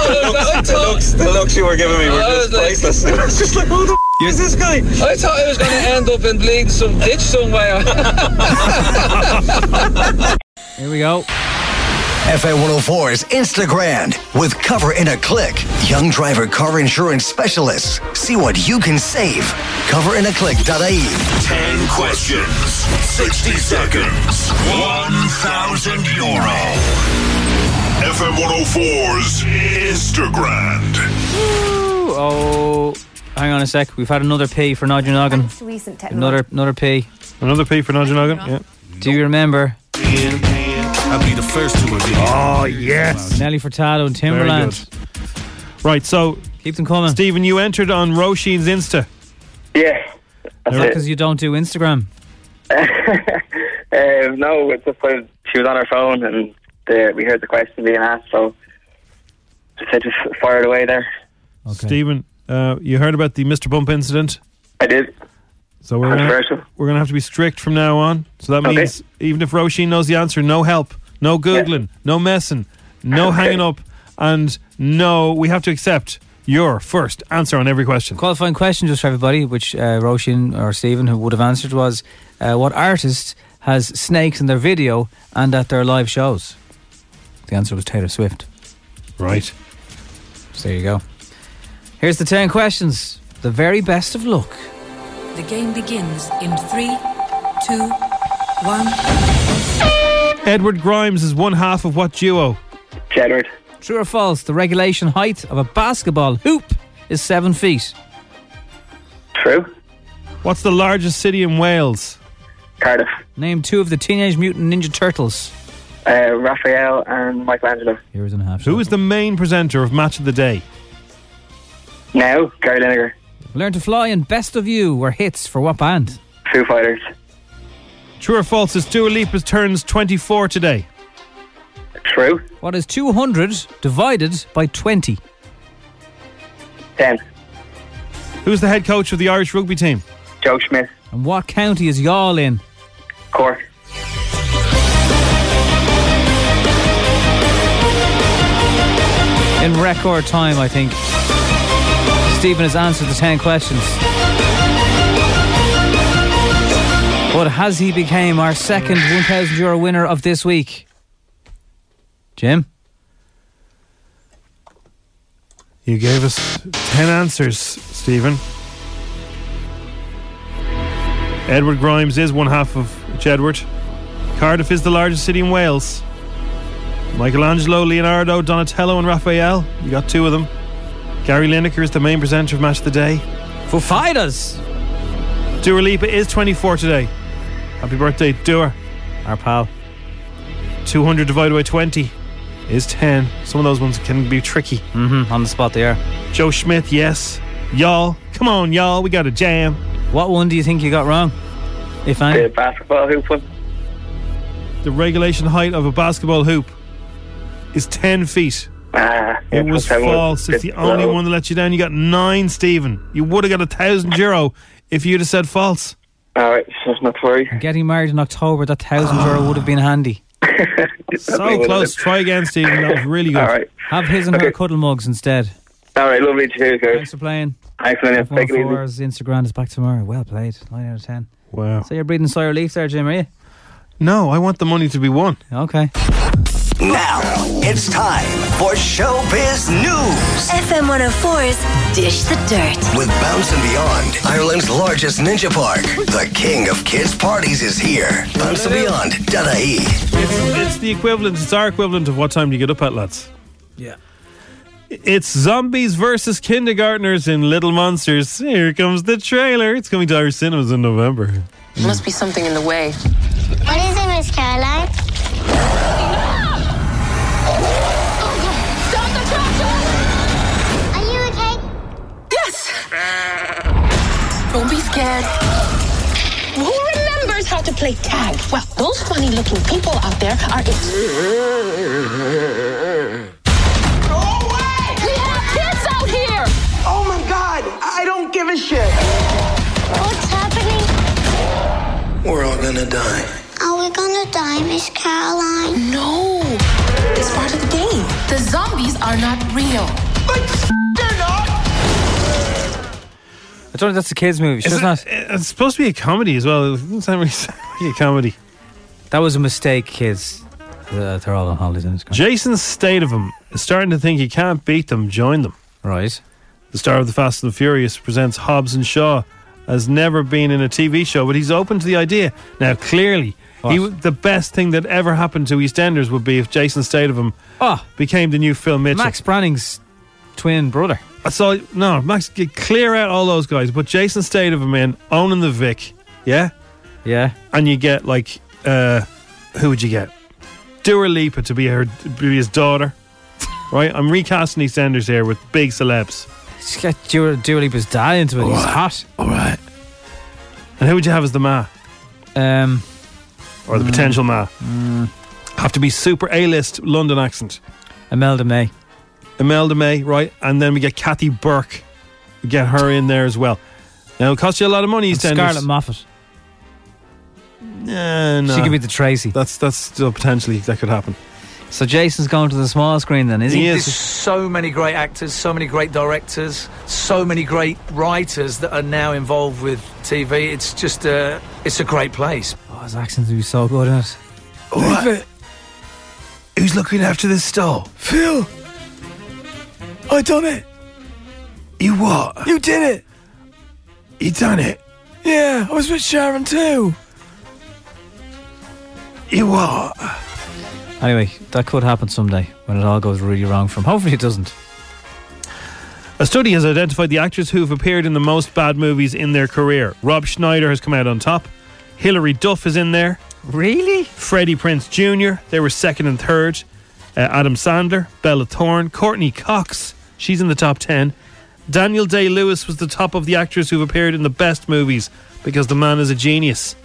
Speaker 9: the looks, the looks, the looks you were giving me were just priceless. It was just like, who the f- is this guy?
Speaker 8: Oh, I thought I was going to end up in bleeding some ditch somewhere.
Speaker 5: Here we go.
Speaker 2: FA 104's Instagram with Cover in a Click. Young driver car insurance specialists. See what you can save. Coverinaclick.ie.
Speaker 10: 10 questions, 60 seconds, 1,000 euro. FM 104's Instagram.
Speaker 5: Ooh, Oh, hang on a sec. We've had another P for Nodger Noggin.
Speaker 11: Thanks to recent technology.
Speaker 5: Another another P. Another P for Nodger Noggin. Yeah. Do you remember?
Speaker 12: I'll be the first to agree.
Speaker 4: Oh, yes.
Speaker 5: Nelly Furtado and Timberland.
Speaker 4: Right, so.
Speaker 5: Keep them coming.
Speaker 4: Stephen, you entered on Roisin's Insta.
Speaker 13: Yeah. that's it.
Speaker 5: Because you don't do Instagram.
Speaker 13: Um, no, it's just uh, she was on her phone and uh, we heard the question being asked, so I said just fire it away there.
Speaker 4: Stephen, uh, you heard about the Mr. Bump incident?
Speaker 13: I did.
Speaker 4: So we're
Speaker 13: Controversial.
Speaker 4: gonna, we're gonna have to be strict from now on. So that
Speaker 13: Okay.
Speaker 4: means even if Roisin knows the answer, no help, no googling, no messing, no
Speaker 5: Okay.
Speaker 4: hanging up, and no, we have to accept your first answer on every question.
Speaker 5: Qualifying question just for everybody, which uh, Roshan or Stephen who would have answered was, uh, what artist has snakes in their video and at their live shows? The answer was Taylor Swift.
Speaker 4: Right.
Speaker 5: So there you go. Here's the ten questions. The very best of luck.
Speaker 3: The game begins in three, two, one.
Speaker 4: Edward Grimes is one half of what duo?
Speaker 13: Jedward.
Speaker 5: True or false? The regulation height of a basketball hoop is seven feet.
Speaker 13: True.
Speaker 4: What's the largest city in Wales?
Speaker 13: Cardiff.
Speaker 5: Name two of the Teenage Mutant Ninja Turtles.
Speaker 13: Uh, Raphael and Michelangelo.
Speaker 5: Heroes and a half.
Speaker 4: Who is the main presenter of Match of the Day?
Speaker 13: Now, Gary Lineker,
Speaker 5: Learn to Fly and Best of You were hits for what band?
Speaker 13: Foo Fighters.
Speaker 4: True or false? Is Dua Lipa turns 24 today?
Speaker 13: True.
Speaker 5: What is 200 divided by 20?
Speaker 13: 10.
Speaker 4: Who's the head coach of the Irish rugby team?
Speaker 13: Joe Smith.
Speaker 5: And what county is Yall in?
Speaker 13: Cork.
Speaker 5: In record time, I think. Stephen has answered the 10 questions. But has he became our second 1,000 euro winner of this week? Jim?
Speaker 4: You gave us 10 answers, Stephen. Edward Grimes is one half of Jedward. Cardiff is the largest city in Wales. Michelangelo, Leonardo, Donatello, and Raphael. You got two of them. Gary Lineker is the main presenter of Match of the Day.
Speaker 5: For fighters!
Speaker 4: Dua Lipa is 24 today. Happy birthday, Dua.
Speaker 5: Our pal.
Speaker 4: 200 divided by 20 is 10. Some of those ones can be tricky.
Speaker 5: Mm-hmm, on the spot they are.
Speaker 4: Joe Schmidt, yes. Y'all, come on, y'all, we got a jam.
Speaker 5: What one do you think you got wrong? If any?
Speaker 13: The basketball hoop one.
Speaker 4: The regulation height of a basketball hoop is 10 feet.
Speaker 13: Ah, yeah,
Speaker 4: it was
Speaker 13: that was
Speaker 4: false. It's the
Speaker 13: good.
Speaker 4: only
Speaker 13: Well-
Speaker 4: one that let you down. You got nine, Stephen. You would have got a thousand euro if you'd have said false.
Speaker 13: All right, not to worry.
Speaker 5: Getting married in October, that 1,000 euro would have been handy.
Speaker 4: So close. Try again, Stephen. That was really good.
Speaker 5: All right. Have his and her cuddle mugs instead.
Speaker 13: All right, lovely to hear, guys.
Speaker 5: Thanks for playing.
Speaker 13: Excellent. Take it easy.
Speaker 5: 104's Instagram is back tomorrow. Well played. 9 out of 10.
Speaker 4: Wow.
Speaker 5: So you're breathing soy relief there, Jim, are you?
Speaker 4: No, I want the money to be won.
Speaker 5: Okay.
Speaker 2: Now, It's time for Showbiz News
Speaker 11: FM 104's Dish the Dirt.
Speaker 2: with Bounce and Beyond, Ireland's largest ninja park. The king of kids' parties is here. Bounce and Beyond, E. Dada
Speaker 4: It's the equivalent, it's our equivalent of what time do you get up at, lads?
Speaker 5: Yeah.
Speaker 4: It's zombies versus kindergartners in Little Monsters. Here comes the trailer. It's coming to Irish cinemas in November.
Speaker 1: Must be something in the way.
Speaker 14: What is it, Miss Caroline? Are you okay?
Speaker 1: Yes! Don't be scared. Who remembers how to play tag? Well, those funny looking people out there are. We have kids out here!
Speaker 8: Oh my god, I don't give a shit.
Speaker 14: What's happening?
Speaker 8: We're all gonna die.
Speaker 14: Are we gonna die, Miss Caroline?
Speaker 1: No! It's part of the game. The zombies are not real.
Speaker 5: I don't know that's a kids' movie. She
Speaker 4: Is
Speaker 5: does
Speaker 4: it-
Speaker 5: not.
Speaker 4: It's supposed to be a comedy as well. It doesn't sound really sound like a comedy.
Speaker 5: That was a mistake, kids. Uh, they're all on holidays. in Scotland.
Speaker 4: Jason's state of him is starting to think he can't beat them. Join them.
Speaker 5: Right.
Speaker 4: The star of the Fast and the Furious presents Hobbs and Shaw. Has never been in a TV show, but he's open to the idea. Now, clearly, he, w- the best thing that ever happened to EastEnders would be if Jason Statham became the new Phil Mitchell.
Speaker 5: Oh, Max Branning's twin brother.
Speaker 4: So no, Max, g- clear out all those guys. Put Jason Statham in, owning the Vic, yeah,
Speaker 5: yeah,
Speaker 4: and you get like, uh, who would you get? Dua Lipa to be her, to be his daughter, right? I'm recasting EastEnders here with big celebs.
Speaker 5: Just get Dua, Dua Lipa's dad into it. He's hot.
Speaker 4: All right. And who would you have as the ma?
Speaker 5: Um,
Speaker 4: or the
Speaker 5: Mm.
Speaker 4: potential ma? Have to be super A-list London accent.
Speaker 5: Imelda May.
Speaker 4: Imelda May, right? And then we get Kathy Burke. We get her in there as well. Now it'll cost you a lot of money.
Speaker 5: And
Speaker 4: EastEnders.
Speaker 5: Scarlett Moffat.
Speaker 4: Nah, nah.
Speaker 5: She could be the Tracy.
Speaker 4: That's that's still potentially that could happen.
Speaker 5: So Jason's going to the small screen then, is he?
Speaker 15: There's so many great actors, so many great directors, so many great writers that are now involved with TV. It's just a, it's a great place.
Speaker 5: Oh, his accent would be so good in it.
Speaker 16: Who's looking after this store? Phil! I done it! You what? You did it! You done it? Yeah, I was with Sharon too! You what?
Speaker 5: Anyway, that could happen someday when it all goes really wrong for him. Hopefully it doesn't.
Speaker 4: A study has identified the actors who have appeared in the most bad movies in their career. Rob Schneider has come out on top. Hilary Duff is in there.
Speaker 5: Really?
Speaker 4: Freddie Prince Jr. They were second and third. Uh, Adam Sandler, Bella Thorne, Courtney Cox. She's in the top ten. Daniel Day Lewis was the top of the actors who've appeared in the best movies because the man is a genius.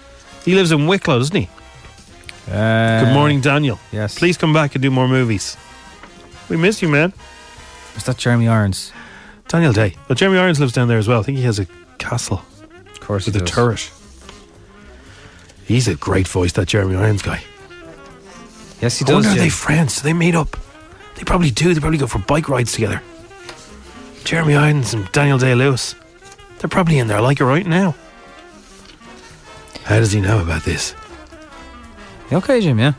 Speaker 4: He lives in Wicklow, doesn't he?
Speaker 5: Uh,
Speaker 4: Good morning, Daniel.
Speaker 5: Yes.
Speaker 4: Please come back and do more movies. We miss you, man.
Speaker 5: Is that Jeremy Irons?
Speaker 4: Daniel Day. Well, Jeremy Irons lives down there as well. I think he has a castle. Of
Speaker 5: course,
Speaker 4: with a turret. He's a great voice, that Jeremy Irons guy.
Speaker 5: Yes, he
Speaker 4: I
Speaker 5: does.
Speaker 4: wonder are
Speaker 5: Jim.
Speaker 4: Oh, they friends? Do they meet up? They probably do. They probably go for bike rides together. Jeremy Irons and Daniel Day Lewis. They're probably in there like it right now. How does he know about this?
Speaker 5: You okay, Jim, yeah?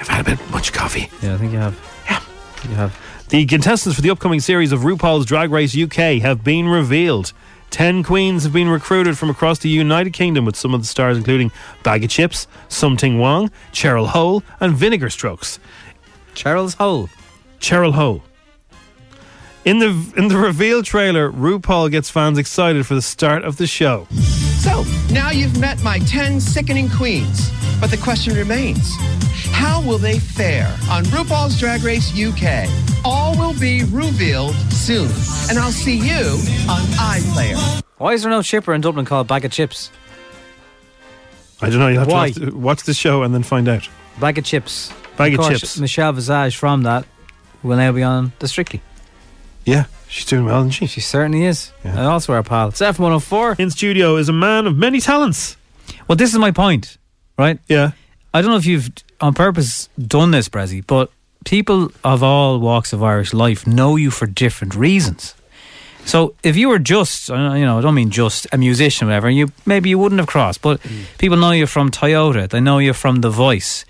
Speaker 4: I've had a bit much coffee.
Speaker 5: Yeah, I think you have. Yeah. You have.
Speaker 4: The contestants for the upcoming series of RuPaul's Drag Race UK have been revealed. Ten queens have been recruited from across the United Kingdom, with some of the stars including Bag of Chips, Something Wong, Cheryl Hole, and Vinegar Strokes.
Speaker 5: Cheryl's Hole.
Speaker 4: Cheryl Hole. In the in the reveal trailer, RuPaul gets fans excited for the start of the show.
Speaker 17: So, now you've met my 10 sickening queens. But the question remains how will they fare on RuPaul's Drag Race UK? All will be revealed soon. And I'll see you on iPlayer.
Speaker 5: Why is there no shipper in Dublin called Bag of Chips?
Speaker 4: I don't know. You'll have
Speaker 5: Why?
Speaker 4: to watch, watch the show and then find out.
Speaker 5: Bag of Chips.
Speaker 4: Bag of
Speaker 5: course,
Speaker 4: Chips.
Speaker 5: Michelle Visage from that will now be on The Strictly.
Speaker 4: Yeah, she's doing well,
Speaker 5: Hmm.
Speaker 4: isn't she? She
Speaker 5: certainly is. And also our pal. It's F104.
Speaker 4: In studio is a man of many talents.
Speaker 5: Well, this is my point, right?
Speaker 4: Yeah.
Speaker 5: I don't know if you've on purpose done this, Brezzy, but people of all walks of Irish life know you for different reasons. So if you were just, I don't- you know, I don't mean just a musician, or whatever, you maybe you wouldn't have crossed. But people know you from Toyota. They know you from The Voice.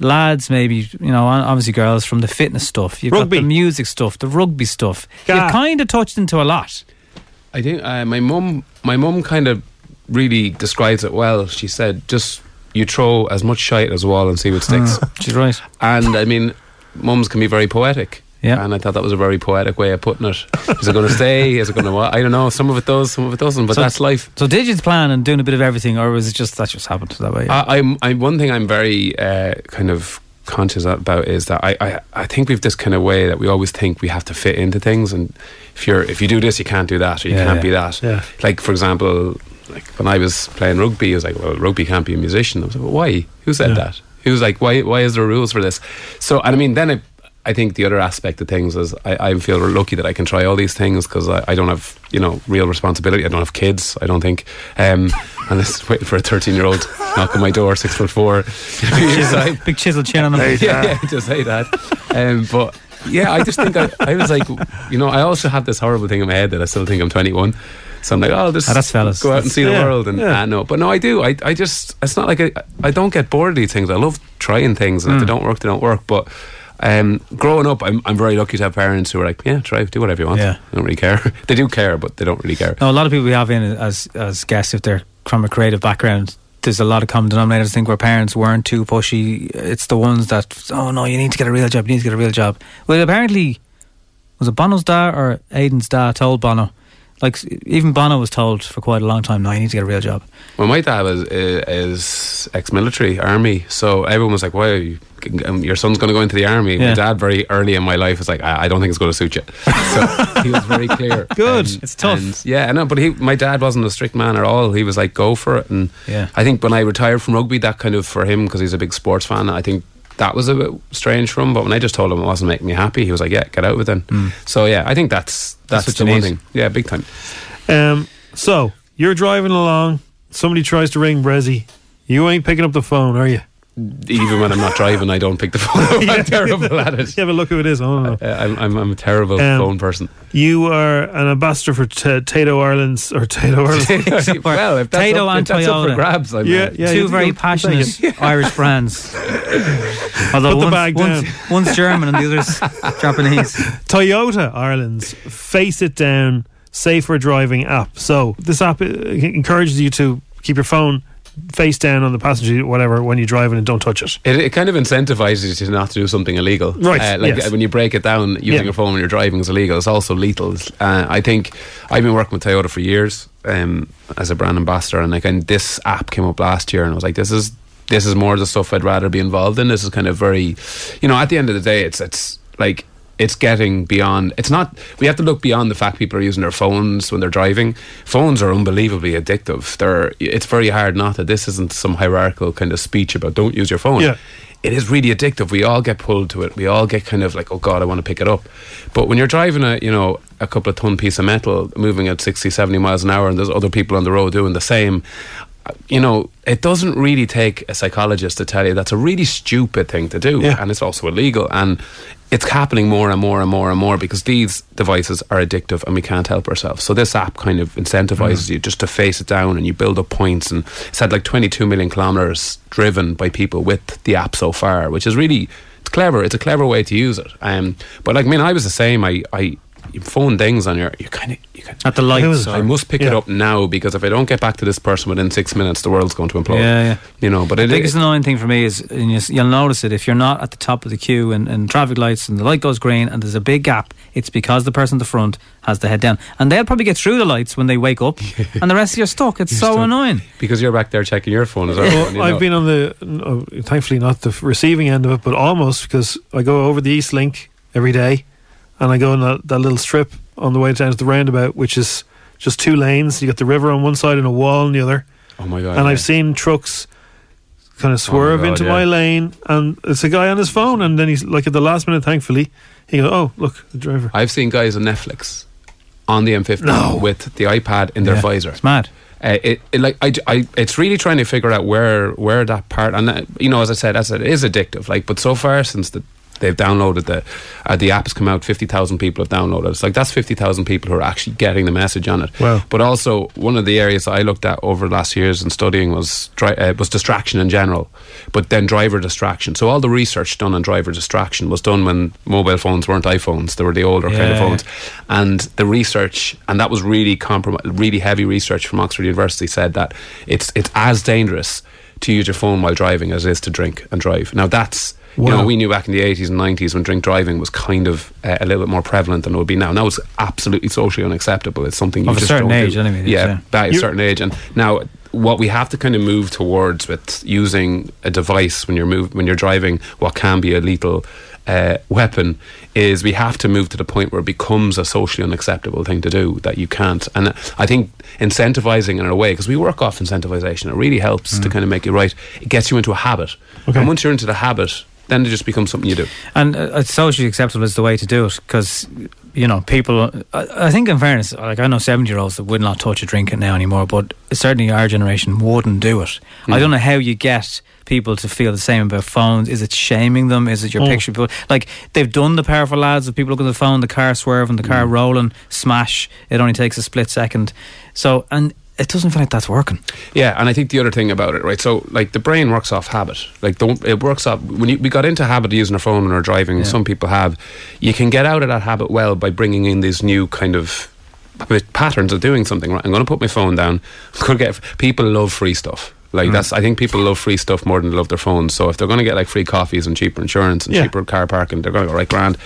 Speaker 5: Lads, maybe you know, and obviously girls from the fitness stuff. You've got the music stuff, the rugby stuff. You've kind of touched into a lot.
Speaker 18: I do. Uh, my mum, my mum, kind of really describes it well. She said, "Just you throw as much shite as a wall and see what sticks."
Speaker 5: She's right.
Speaker 18: And I mean, mums can be very poetic. Yeah. And I thought that was a very poetic way of putting it. Is it going to stay? Is it going to? I don't know. Some of it does. Some of it doesn't. But
Speaker 5: So-
Speaker 18: that's life.
Speaker 5: So did you plan on doing a bit of everything, or was it just that just happened that way?
Speaker 18: I, I'm, I'm one thing I'm very uh, kind of conscious about is that I, I, I think we've this kind of way that we always think we have to fit into things, and if you're if you do this, you can't do that, or you
Speaker 4: Yeah,
Speaker 18: can't
Speaker 4: yeah.
Speaker 18: be that.
Speaker 4: Yeah.
Speaker 18: Like for example, like when I was playing rugby, I was like, well, rugby can't be a musician. I was like, well, why? Who said that? Who's like, why? Why is there rules for this? So, and I mean, then I, I think the other aspect of things is I, I feel lucky that I can try all these things because I, I don't have you know real responsibility. I don't have kids. I don't think, um, and this is waiting for a thirteen-year-old knock on my door, six foot four.
Speaker 5: chisel, big chisel chin on him.
Speaker 18: Yeah, yeah, just say that. Um, but yeah, I just think I, I was like, you know, I also have this horrible thing in my head that I still think I'm 21. So I'm like, oh, this
Speaker 5: Ah, that's fellas.
Speaker 18: go out and
Speaker 5: That's-
Speaker 18: see
Speaker 5: yeah,
Speaker 18: the world, and
Speaker 5: yeah.
Speaker 18: ah, no, but no, I do. I, I just, it's not like I, I don't get bored of these things. I love trying things, and if
Speaker 4: Mm.
Speaker 18: they don't work, they don't work. But um, growing up, I'm, I'm very lucky to have parents who are like, yeah, try, do whatever you want.
Speaker 5: Yeah.
Speaker 18: I don't really care. they do care, but they don't really care.
Speaker 5: No, a lot of people we have in as as guests, if they're from a creative background, there's a lot of common denominators. I think where parents weren't too pushy. It's the ones that oh no, you need to get a real job. You need to get a real job. Well, apparently, was it Bono's dad or Aidan's dad told Bono? Like even Bono was told for quite a long time, no, you need to get a real job.
Speaker 18: Well, my dad is, is ex-military, army. So everyone was like, "Wow, you, um, your son's going to go into the army."
Speaker 5: Yeah.
Speaker 18: My dad, very early in my life, was like, "I, I don't think it's going to suit you." So he was very clear.
Speaker 5: Good. it's tough.
Speaker 18: And yeah, I know. But he, my dad wasn't a strict man at all. He was like, "Go for it." And
Speaker 5: Yeah.
Speaker 18: I think when I retired from rugby, that kind of for him because he's a big sports fan. I think that was a bit strange for him. But when I just told him it wasn't making me happy, he was like, "Yeah, get out of it then." So yeah, I think that's
Speaker 4: That's
Speaker 18: that's,
Speaker 4: what
Speaker 18: the
Speaker 4: you
Speaker 18: one
Speaker 4: need.
Speaker 18: thing. Yeah, big time.
Speaker 4: Um, so you're driving along. Somebody tries to ring Brezzy. You ain't picking up the phone, are you?
Speaker 18: Even when I'm not driving, I don't pick the phone. up. I'm terrible at it.
Speaker 4: Yeah, but look who it is. I don't know.
Speaker 18: Uh, I'm, I'm, I'm a terrible
Speaker 4: Um,
Speaker 18: phone person.
Speaker 4: You are an ambassador for t- Tato Ireland's or Tato Ireland.
Speaker 18: well, if that's
Speaker 5: Tato
Speaker 18: up,
Speaker 5: and
Speaker 18: if that's up
Speaker 5: Toyota.
Speaker 18: for grabs, I'm
Speaker 4: Yeah,
Speaker 18: in.
Speaker 4: yeah,
Speaker 5: Two
Speaker 4: you
Speaker 5: very
Speaker 4: think you'll- you'll
Speaker 5: passionate
Speaker 4: take it.
Speaker 5: Irish brands. Although
Speaker 4: Put the
Speaker 5: one's,
Speaker 4: bag
Speaker 5: one's,
Speaker 4: down.
Speaker 5: one's German and the other's Japanese.
Speaker 4: Toyota Ireland's Face It Down Safer Driving app. So this app uh, encourages you to keep your phone face down on the passenger, whatever, when you're driving and don't touch it.
Speaker 18: It, it kind of incentivizes you to not to do something illegal.
Speaker 4: Right,
Speaker 18: Uh, like
Speaker 4: yes.
Speaker 18: uh, when you break it down, using
Speaker 4: Yeah.
Speaker 18: your phone when you're driving is illegal. It's also lethal. It's, Uh, I think I've been working with Toyota for years um, as a brand ambassador, and like, and this app came up last year, and I was like, this is this is more the stuff I'd rather be involved in. This is kind of very, you know, at the end of the day, it's it's like it's getting beyond it's not we have to look beyond the fact people are using their phones when they're driving phones are unbelievably addictive they're it's very hard not to this isn't some hierarchical kind of speech about don't use your phone
Speaker 4: Yeah.
Speaker 18: it is really addictive we all get pulled to it we all get kind of like oh god i want to pick it up but when you're driving a you know a couple of ton piece of metal moving at 60 70 miles an hour and there's other people on the road doing the same you know, it doesn't really take a psychologist to tell you that's a really stupid thing to do, and it's also illegal. And it's happening more and more and more and more because these devices are addictive and we can't help ourselves. So this app kind of incentivizes you just to face it down, and you build up points. And it's had like 22 million kilometers driven by people with the app so far, which is really it's clever. It's a clever way to use it. Um, but like, I mean, I was the same. I, I you phone dings on your, you kind of
Speaker 5: At the lights.
Speaker 18: I must pick it up now because if I don't get back to this person within six minutes, the world's going to implode.
Speaker 5: Yeah, yeah.
Speaker 18: You know, but
Speaker 5: the
Speaker 18: it
Speaker 5: biggest
Speaker 18: is.
Speaker 5: annoying thing for me is, and you, you'll notice it if you're not at the top of the queue and, and traffic lights and the light goes green and there's a big gap. It's because the person at the front has the head down, and they'll probably get through the lights when they wake up, and the rest of you are stuck. It's so annoying.
Speaker 18: Because you're back there checking your phone as well.
Speaker 4: Well,
Speaker 18: and you
Speaker 4: I've
Speaker 18: know-
Speaker 4: been on the, no, thankfully not the receiving end of it, but almost because I go over the East Link every day, and I go on that, that little strip on the way down to the roundabout, which is just two lanes. You got the river on one side and a wall on the other.
Speaker 18: Oh my god!
Speaker 4: and
Speaker 18: yeah. Oh
Speaker 4: I've seen trucks kind of swerve
Speaker 18: God,
Speaker 4: into
Speaker 18: yeah.
Speaker 4: my lane, and it's a guy on his phone, and then he's like at the last minute, thankfully, he goes, "Oh, look, the driver."
Speaker 18: I've seen guys on Netflix on the M50 with the iPad in their
Speaker 4: Yeah,
Speaker 18: visor.
Speaker 4: it's mad.
Speaker 18: Uh, it, it like I, I, it's really trying uh, to figure out where where that part and that, you know as I said as I said, it is addictive like but so far since the They've downloaded the, uh, the app's come out. Fifty thousand people have downloaded. It's like that's fifty thousand people who are actually getting the message on it.
Speaker 4: Wow.
Speaker 18: But also one of the areas I looked at over the last years in studying was dri- uh, was distraction in general, but then driver distraction. So all the research done on driver distraction was done when mobile phones weren't iPhones; they were the older kind of
Speaker 19: Yeah.
Speaker 18: phones. And the research, and that was really comprom- really heavy research from Oxford University, said that it's it's as dangerous to use your phone while driving as it is to drink and drive. Now that's you
Speaker 4: Wow.
Speaker 18: know we knew back in the 80s and 90s when drink driving was kind of uh, a little bit more prevalent than it would be now. Now it's absolutely socially unacceptable. It's something you
Speaker 5: Of a
Speaker 18: just
Speaker 5: certain
Speaker 18: don't
Speaker 5: age,
Speaker 18: do.
Speaker 5: anyway,
Speaker 18: Yeah,
Speaker 5: yeah.
Speaker 18: by a
Speaker 5: You-
Speaker 18: certain age. And now what we have to kind of move towards with using a device when you're move, when you're driving what can be a lethal uh, weapon is we have to move to the point where it becomes a socially unacceptable thing to do that you can't. And uh, I think incentivizing in a way because we work off incentivization. It really helps
Speaker 5: Mm.
Speaker 18: to kind of make it right. It gets you into a habit, and once you're into the habit, then it just becomes something you do.
Speaker 5: And uh, it's socially acceptable is the way to do it because, you know, people. I, I think, in fairness, like I know 70 year olds that would not touch a drink now anymore, but certainly our generation wouldn't do it. I
Speaker 20: Mm.
Speaker 5: don't know how you get people to feel the same about phones. Is it shaming them? Is it your
Speaker 20: Mm.
Speaker 5: picture? But like they've done the powerful lads of people looking at the phone, the car swerving, the car rolling, smash. It only takes a split second. So, and it doesn't feel like that's working.
Speaker 18: Yeah, and I think the other thing about it, right? So, like, the brain works off habit. Like, don't it works off when you, we got into habit of using our phone when we're driving.
Speaker 19: Yeah.
Speaker 18: Some people have. You can get out of that habit well by bringing in these new kind of p- patterns of doing something. Right, I'm going to put my phone down. I'm going to get people love free stuff. Like that's, I think people love free stuff more than they love their phones. So if they're going to get like free coffees and cheaper insurance and
Speaker 19: Yeah.
Speaker 18: cheaper car parking, they're going to go right grand.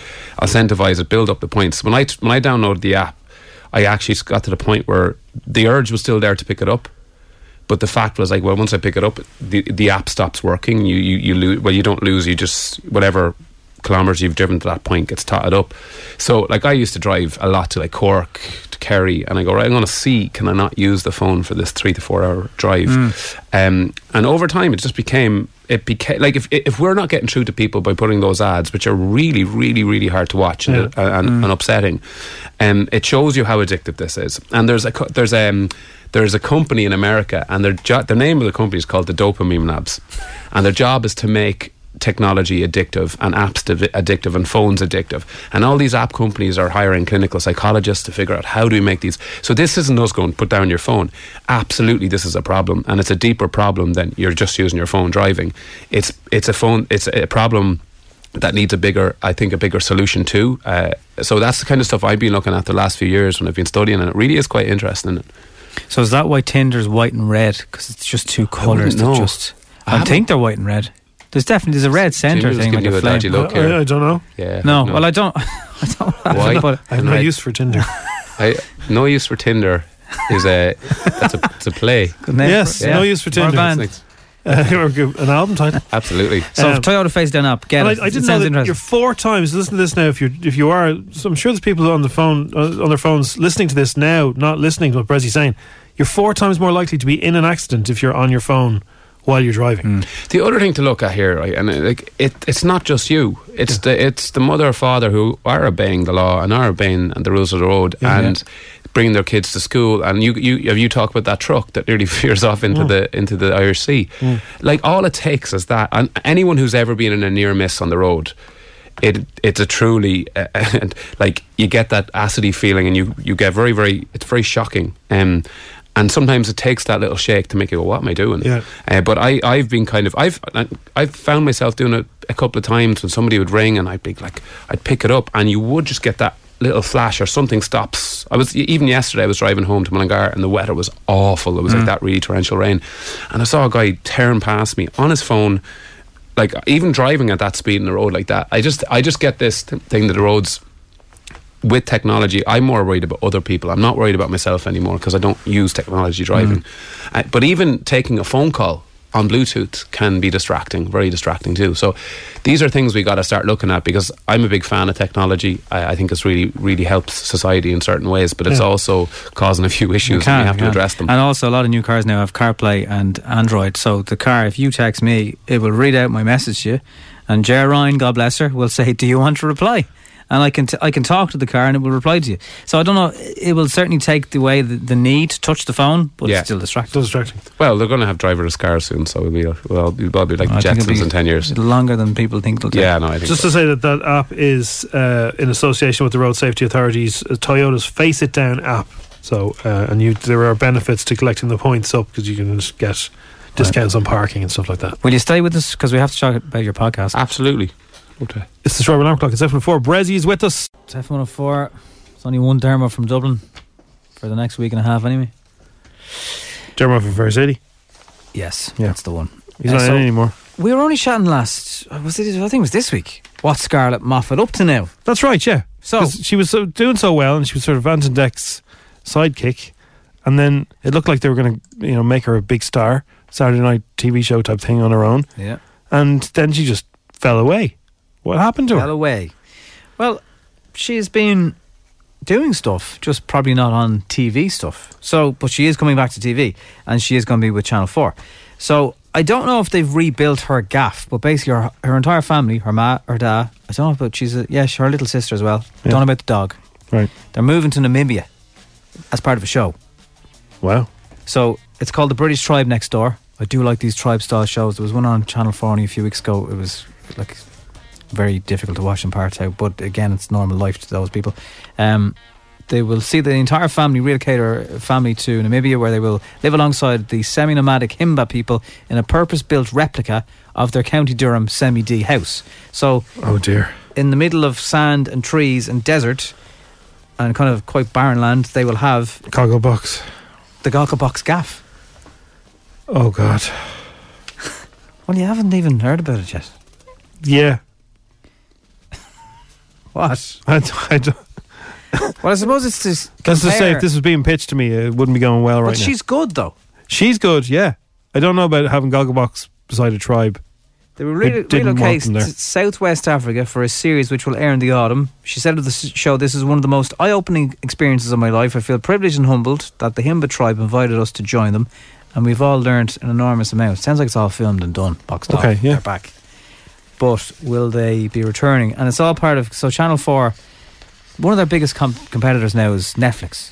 Speaker 18: Incentivize it, build up the points. When I t- when I downloaded the app, I actually s- got to the point where the urge was still there to pick it up, but the fact was like, well, once I pick it up, the the app stops working. You you you lose. Well, you don't lose. You just whatever kilometers you've driven to that point gets totted up. So like I used to drive a lot to like Cork to Kerry, and I go right. I'm going to see can I not use the phone for this three to four hour drive. Um, and over time, it just became it became like if if we're not getting through to people by putting those ads, which are really, really, really hard to watch and, and, and upsetting, um, it shows you how addictive this is. And there's a co- there's um there's a company in America, and their jo- the name of the company is called the Dopamine Labs, and their job is to make technology addictive and apps div- addictive and phones addictive and all these app companies are hiring clinical psychologists to figure out how do we make these so this isn't us going put down your phone absolutely this is a problem and it's a deeper problem than you're just using your phone driving it's it's a phone it's a problem that needs a bigger, I think, a bigger solution too. Uh, so that's the kind of stuff I've been looking at the last few years when I've been studying, and it really is quite interesting.
Speaker 5: So is that why Tinder's white and red? Because it's just two colours.
Speaker 18: wouldn't know.
Speaker 5: Just I,
Speaker 18: I haven't-
Speaker 5: think they're white and red. There's definitely there's a red centre
Speaker 18: Tinder's
Speaker 5: thing like
Speaker 18: giving you
Speaker 5: a
Speaker 18: a
Speaker 5: flame.
Speaker 18: dodgy look I- I- here. I don't know. Yeah,
Speaker 5: No,
Speaker 18: no.
Speaker 5: well I don't. I don't. Have
Speaker 18: White
Speaker 5: it, but
Speaker 18: I have no and red. use
Speaker 5: for Tinder.
Speaker 18: I no use for Tinder is a that's a it's a play.
Speaker 4: yes, no use for Tinder. Uh, an album title.
Speaker 18: Absolutely.
Speaker 5: So
Speaker 4: Um,
Speaker 5: if Toyota face down up. Get
Speaker 4: And
Speaker 5: it.
Speaker 4: I, I didn't know
Speaker 5: it sounds
Speaker 4: that
Speaker 5: interesting.
Speaker 4: you're four times. Listen to this now. If you if you are, so I'm sure there's people on the phone uh, on their phones listening to this now, not listening to what Brezzy's saying. You're four times more likely to be in an accident if you're on your phone while you're driving.
Speaker 18: The other thing to look at here, right, and uh, like it, it's not just you. It's the it's the mother or father who are obeying the law and are obeying the rules of the road
Speaker 19: Yeah,
Speaker 18: and bringing their kids to school. And you you have you talked about that truck that nearly veers off into
Speaker 19: Mm.
Speaker 18: the into the Irish Sea.
Speaker 19: Mm.
Speaker 18: Like all it takes is that. And anyone who's ever been in a near miss on the road. It it's a truly uh, and like you get that acidy feeling and you you get very very it's very shocking um, and sometimes it takes that little shake to make you go what am I doing
Speaker 19: Yeah.
Speaker 18: uh, but I, I've been kind of, I've, I've found myself doing it a couple of times when somebody would ring and I'd be like, I'd pick it up and you would just get that little flash or something stops. I was, e, even yesterday I was driving home to Mullingar and the weather was awful. It was
Speaker 19: Mm.
Speaker 18: like that really torrential rain. And I saw a guy tearing past me on his phone, like even driving at that speed in the road like that. I just, I just get this th- thing that the road's, with technology, I'm more worried about other people. I'm not worried about myself anymore because I don't use technology driving. Uh, but even taking a phone call on Bluetooth can be distracting, very distracting too. So these are things we got to start looking at because I'm a big fan of technology. I, I think it's really, really helps society in certain ways, but it's
Speaker 5: Yeah.
Speaker 18: also causing a few
Speaker 5: You
Speaker 18: issues
Speaker 5: can,
Speaker 18: and we have
Speaker 5: you
Speaker 18: to
Speaker 5: can.
Speaker 18: address them.
Speaker 5: And also, a lot of new cars now have CarPlay and Android. So the car, if you text me, it will read out my message to you, and Jer Ryan, God bless her, will say, "Do you want to reply?" and I can t- I can talk to the car and it will reply to you. So I don't know. It will certainly take away the, the need to touch the phone, but it's still distracting.
Speaker 4: Still distracting.
Speaker 18: Well, they're going to have driverless cars soon, so we'll be, we'll, all- we'll all be like
Speaker 5: I
Speaker 18: the
Speaker 5: think it'll
Speaker 18: Jetsons
Speaker 5: be
Speaker 18: in 10 years.
Speaker 5: Longer than people think it'll take.
Speaker 18: Yeah, no, I think
Speaker 4: Just to say that that app is uh, in association with the Road Safety Authority's uh, Toyota's Face It Down app. So, uh, and you, there are benefits to collecting the points up because you can just get discounts on parking and stuff like that.
Speaker 5: Will you stay with us because we have to talk about your podcast?
Speaker 18: Absolutely. Okay.
Speaker 4: It's the Strawberry Alarm Clock. It's F104. Brezzy is with us.
Speaker 5: It's F104. It's only one dermo from Dublin for the next week and a half, anyway.
Speaker 4: Dermot from Fair City.
Speaker 5: Yes,
Speaker 4: Yeah.
Speaker 5: that's the one.
Speaker 4: He's
Speaker 5: Uh,
Speaker 4: not
Speaker 5: so-
Speaker 4: in anymore.
Speaker 5: We were only chatting last. Was it? I think it was this week. What Scarlett Moffat up to now?
Speaker 4: That's right, yeah.
Speaker 5: So-
Speaker 4: 'Cause she was so, doing so well, and she was sort of Vantendeck's sidekick, and then it looked like they were going to, you know, make her a big star, Saturday night TV show type thing on her own,
Speaker 5: Yeah.
Speaker 4: and then she just fell away. What happened to her?
Speaker 5: Fell away. Well, she's been doing stuff, just probably not on TV stuff. So, but she is coming back to TV, and she is going to be with Channel Four. So I don't know if they've rebuilt her gaff, but basically her, her entire family, her ma, her dad. I don't know about she's a, yeah, she- her little sister as well.
Speaker 4: Yeah.
Speaker 5: Don't know about the dog.
Speaker 4: Right.
Speaker 5: They're moving to Namibia as part of a show.
Speaker 4: Wow.
Speaker 5: So it's called the British Tribe Next Door. I do like these tribe style shows. There was one on Channel 4 only a few weeks ago. It was like very difficult to watch in parts out, but again, it's normal life to those people. Um, they will see the entire family, relocate her family to Namibia, where they will live alongside the semi nomadic Himba people in a purpose built replica of their County Durham semi D house. So,
Speaker 4: oh dear.
Speaker 5: In the middle of sand and trees and desert and kind of quite barren land, they will have
Speaker 4: Cargo box.
Speaker 5: the Goggle Box gaff.
Speaker 4: Oh God.
Speaker 5: Well, Oh, you haven't even heard about it yet.
Speaker 4: Yeah.
Speaker 5: What?
Speaker 4: I, don't- I don't,
Speaker 5: Well, I suppose it's just.
Speaker 4: let's just say
Speaker 5: compare-
Speaker 4: if this was being pitched to me, it wouldn't be going well right
Speaker 5: But
Speaker 4: now.
Speaker 5: she's good though.
Speaker 4: She's good, yeah. I don't know about having Gogglebox beside a tribe.
Speaker 5: They were re-
Speaker 4: didn't want
Speaker 5: relocated
Speaker 4: them
Speaker 5: to
Speaker 4: there.
Speaker 5: Southwest Africa for a series which will air in the autumn. She said of the s- show, This is one of the most eye opening experiences of my life. I feel privileged and humbled that the Himba tribe invited us to join them, and we've all learned an enormous amount. Sounds like it's all filmed and done, boxed off.
Speaker 4: Okay, yeah.
Speaker 5: They're back. But will they be returning? And it's all part of. So, Channel 4, one of their biggest com- competitors now is Netflix.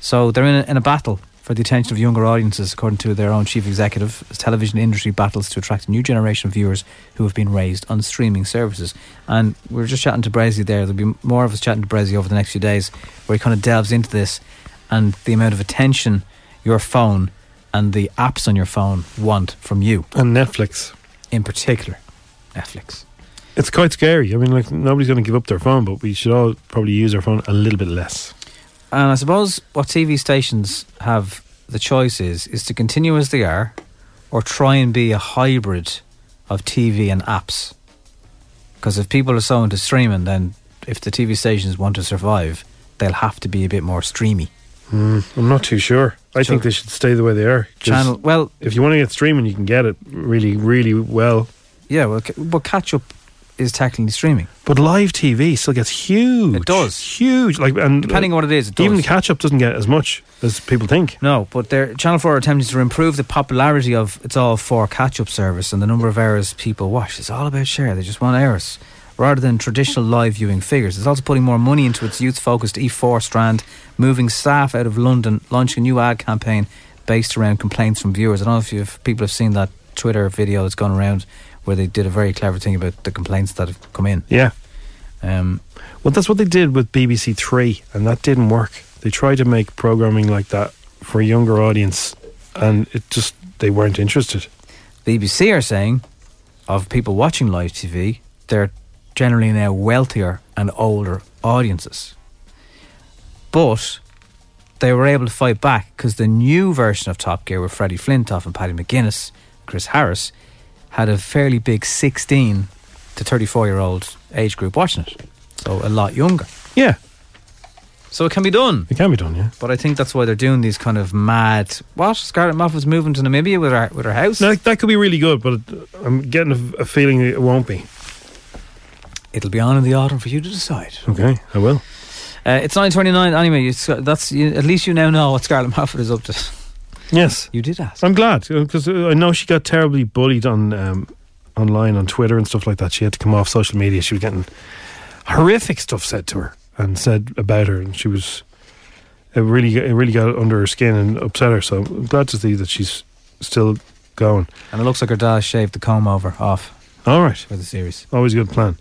Speaker 5: So they're in a, in a battle for the attention of younger audiences, according to their own chief executive. As television industry battles to attract a new generation of viewers who have been raised on streaming services. And we were just chatting to Brezzy there. There'll be more of us chatting to Brezzy over the next few days, where he kind of delves into this and the amount of attention your phone and the apps on your phone want from you,
Speaker 4: and Netflix
Speaker 5: in particular. Netflix.
Speaker 4: It's quite scary. I mean, like nobody's going to give up their phone, but we should all probably use our phone a little bit less.
Speaker 5: And I suppose what TV stations have the choice is is to continue as they are, or try and be a hybrid of TV and apps. Because if people are so into streaming, then if the TV stations want to survive, they'll have to be a bit more streamy.
Speaker 4: Mm, I'm not too sure. I
Speaker 5: Sure.
Speaker 4: think they should stay the way they are. 'cause
Speaker 5: Channel. Well,
Speaker 4: If you want to get streaming, you can get it really, really well.
Speaker 5: yeah. Well, ca- but catch up is tackling streaming.
Speaker 4: But live TV still gets huge. It does huge. Like and
Speaker 5: Depending on what it is, it
Speaker 4: even
Speaker 5: does.
Speaker 4: catch up doesn't get as much as people think.
Speaker 5: No, but they're, Channel 4 are attempting to improve the popularity of its all four catch up service and the number of hours people watch. It's all about share, they just want hours. Rather than traditional live viewing figures, it's also putting more money into its youth focused E4 strand, moving staff out of London, launching a new ad campaign based around complaints from viewers. I don't know if you've, people have seen that Twitter video that's gone around where they did a very clever thing about the complaints that have come in.
Speaker 4: Yeah.
Speaker 5: Um,
Speaker 4: well, that's what they did with BBC Three, and that didn't work. They tried to make programming like that for a younger audience, and it just they weren't interested.
Speaker 5: BBC are saying of people watching live TV, they're generally now wealthier and older audiences. But they were able to fight back because the new version of Top Gear with Freddie Flintoff and Paddy McGuinness, Chris Harris, had a fairly big 16 to 34 year old age group watching it. So a lot younger.
Speaker 4: Yeah.
Speaker 5: So it can be done.
Speaker 4: It can be done, yeah.
Speaker 5: But I think that's why they're doing these kind of mad. What? Scarlett Moffat's moving to Namibia with her with her house.
Speaker 4: No, that could be really good, but it- I'm getting a, a feeling it won't be.
Speaker 5: It'll be on in the autumn for you to decide.
Speaker 4: Okay, I will.
Speaker 5: Uh, it's nine twenty nine. Anyway, you, that's you, at least you now know what Scarlett Moffat is up to.
Speaker 4: Yes,
Speaker 5: you did ask.
Speaker 4: I'm glad because I know she got terribly bullied on um, online on Twitter and stuff like that. She had to come off social media. She was getting horrific stuff said to her and said about her, and she was it really it really got under her skin and upset her. So I'm glad to see that she's still going.
Speaker 5: And it looks like her dad shaved the comb over off.
Speaker 4: All right,
Speaker 5: for the series.
Speaker 4: Always a good plan.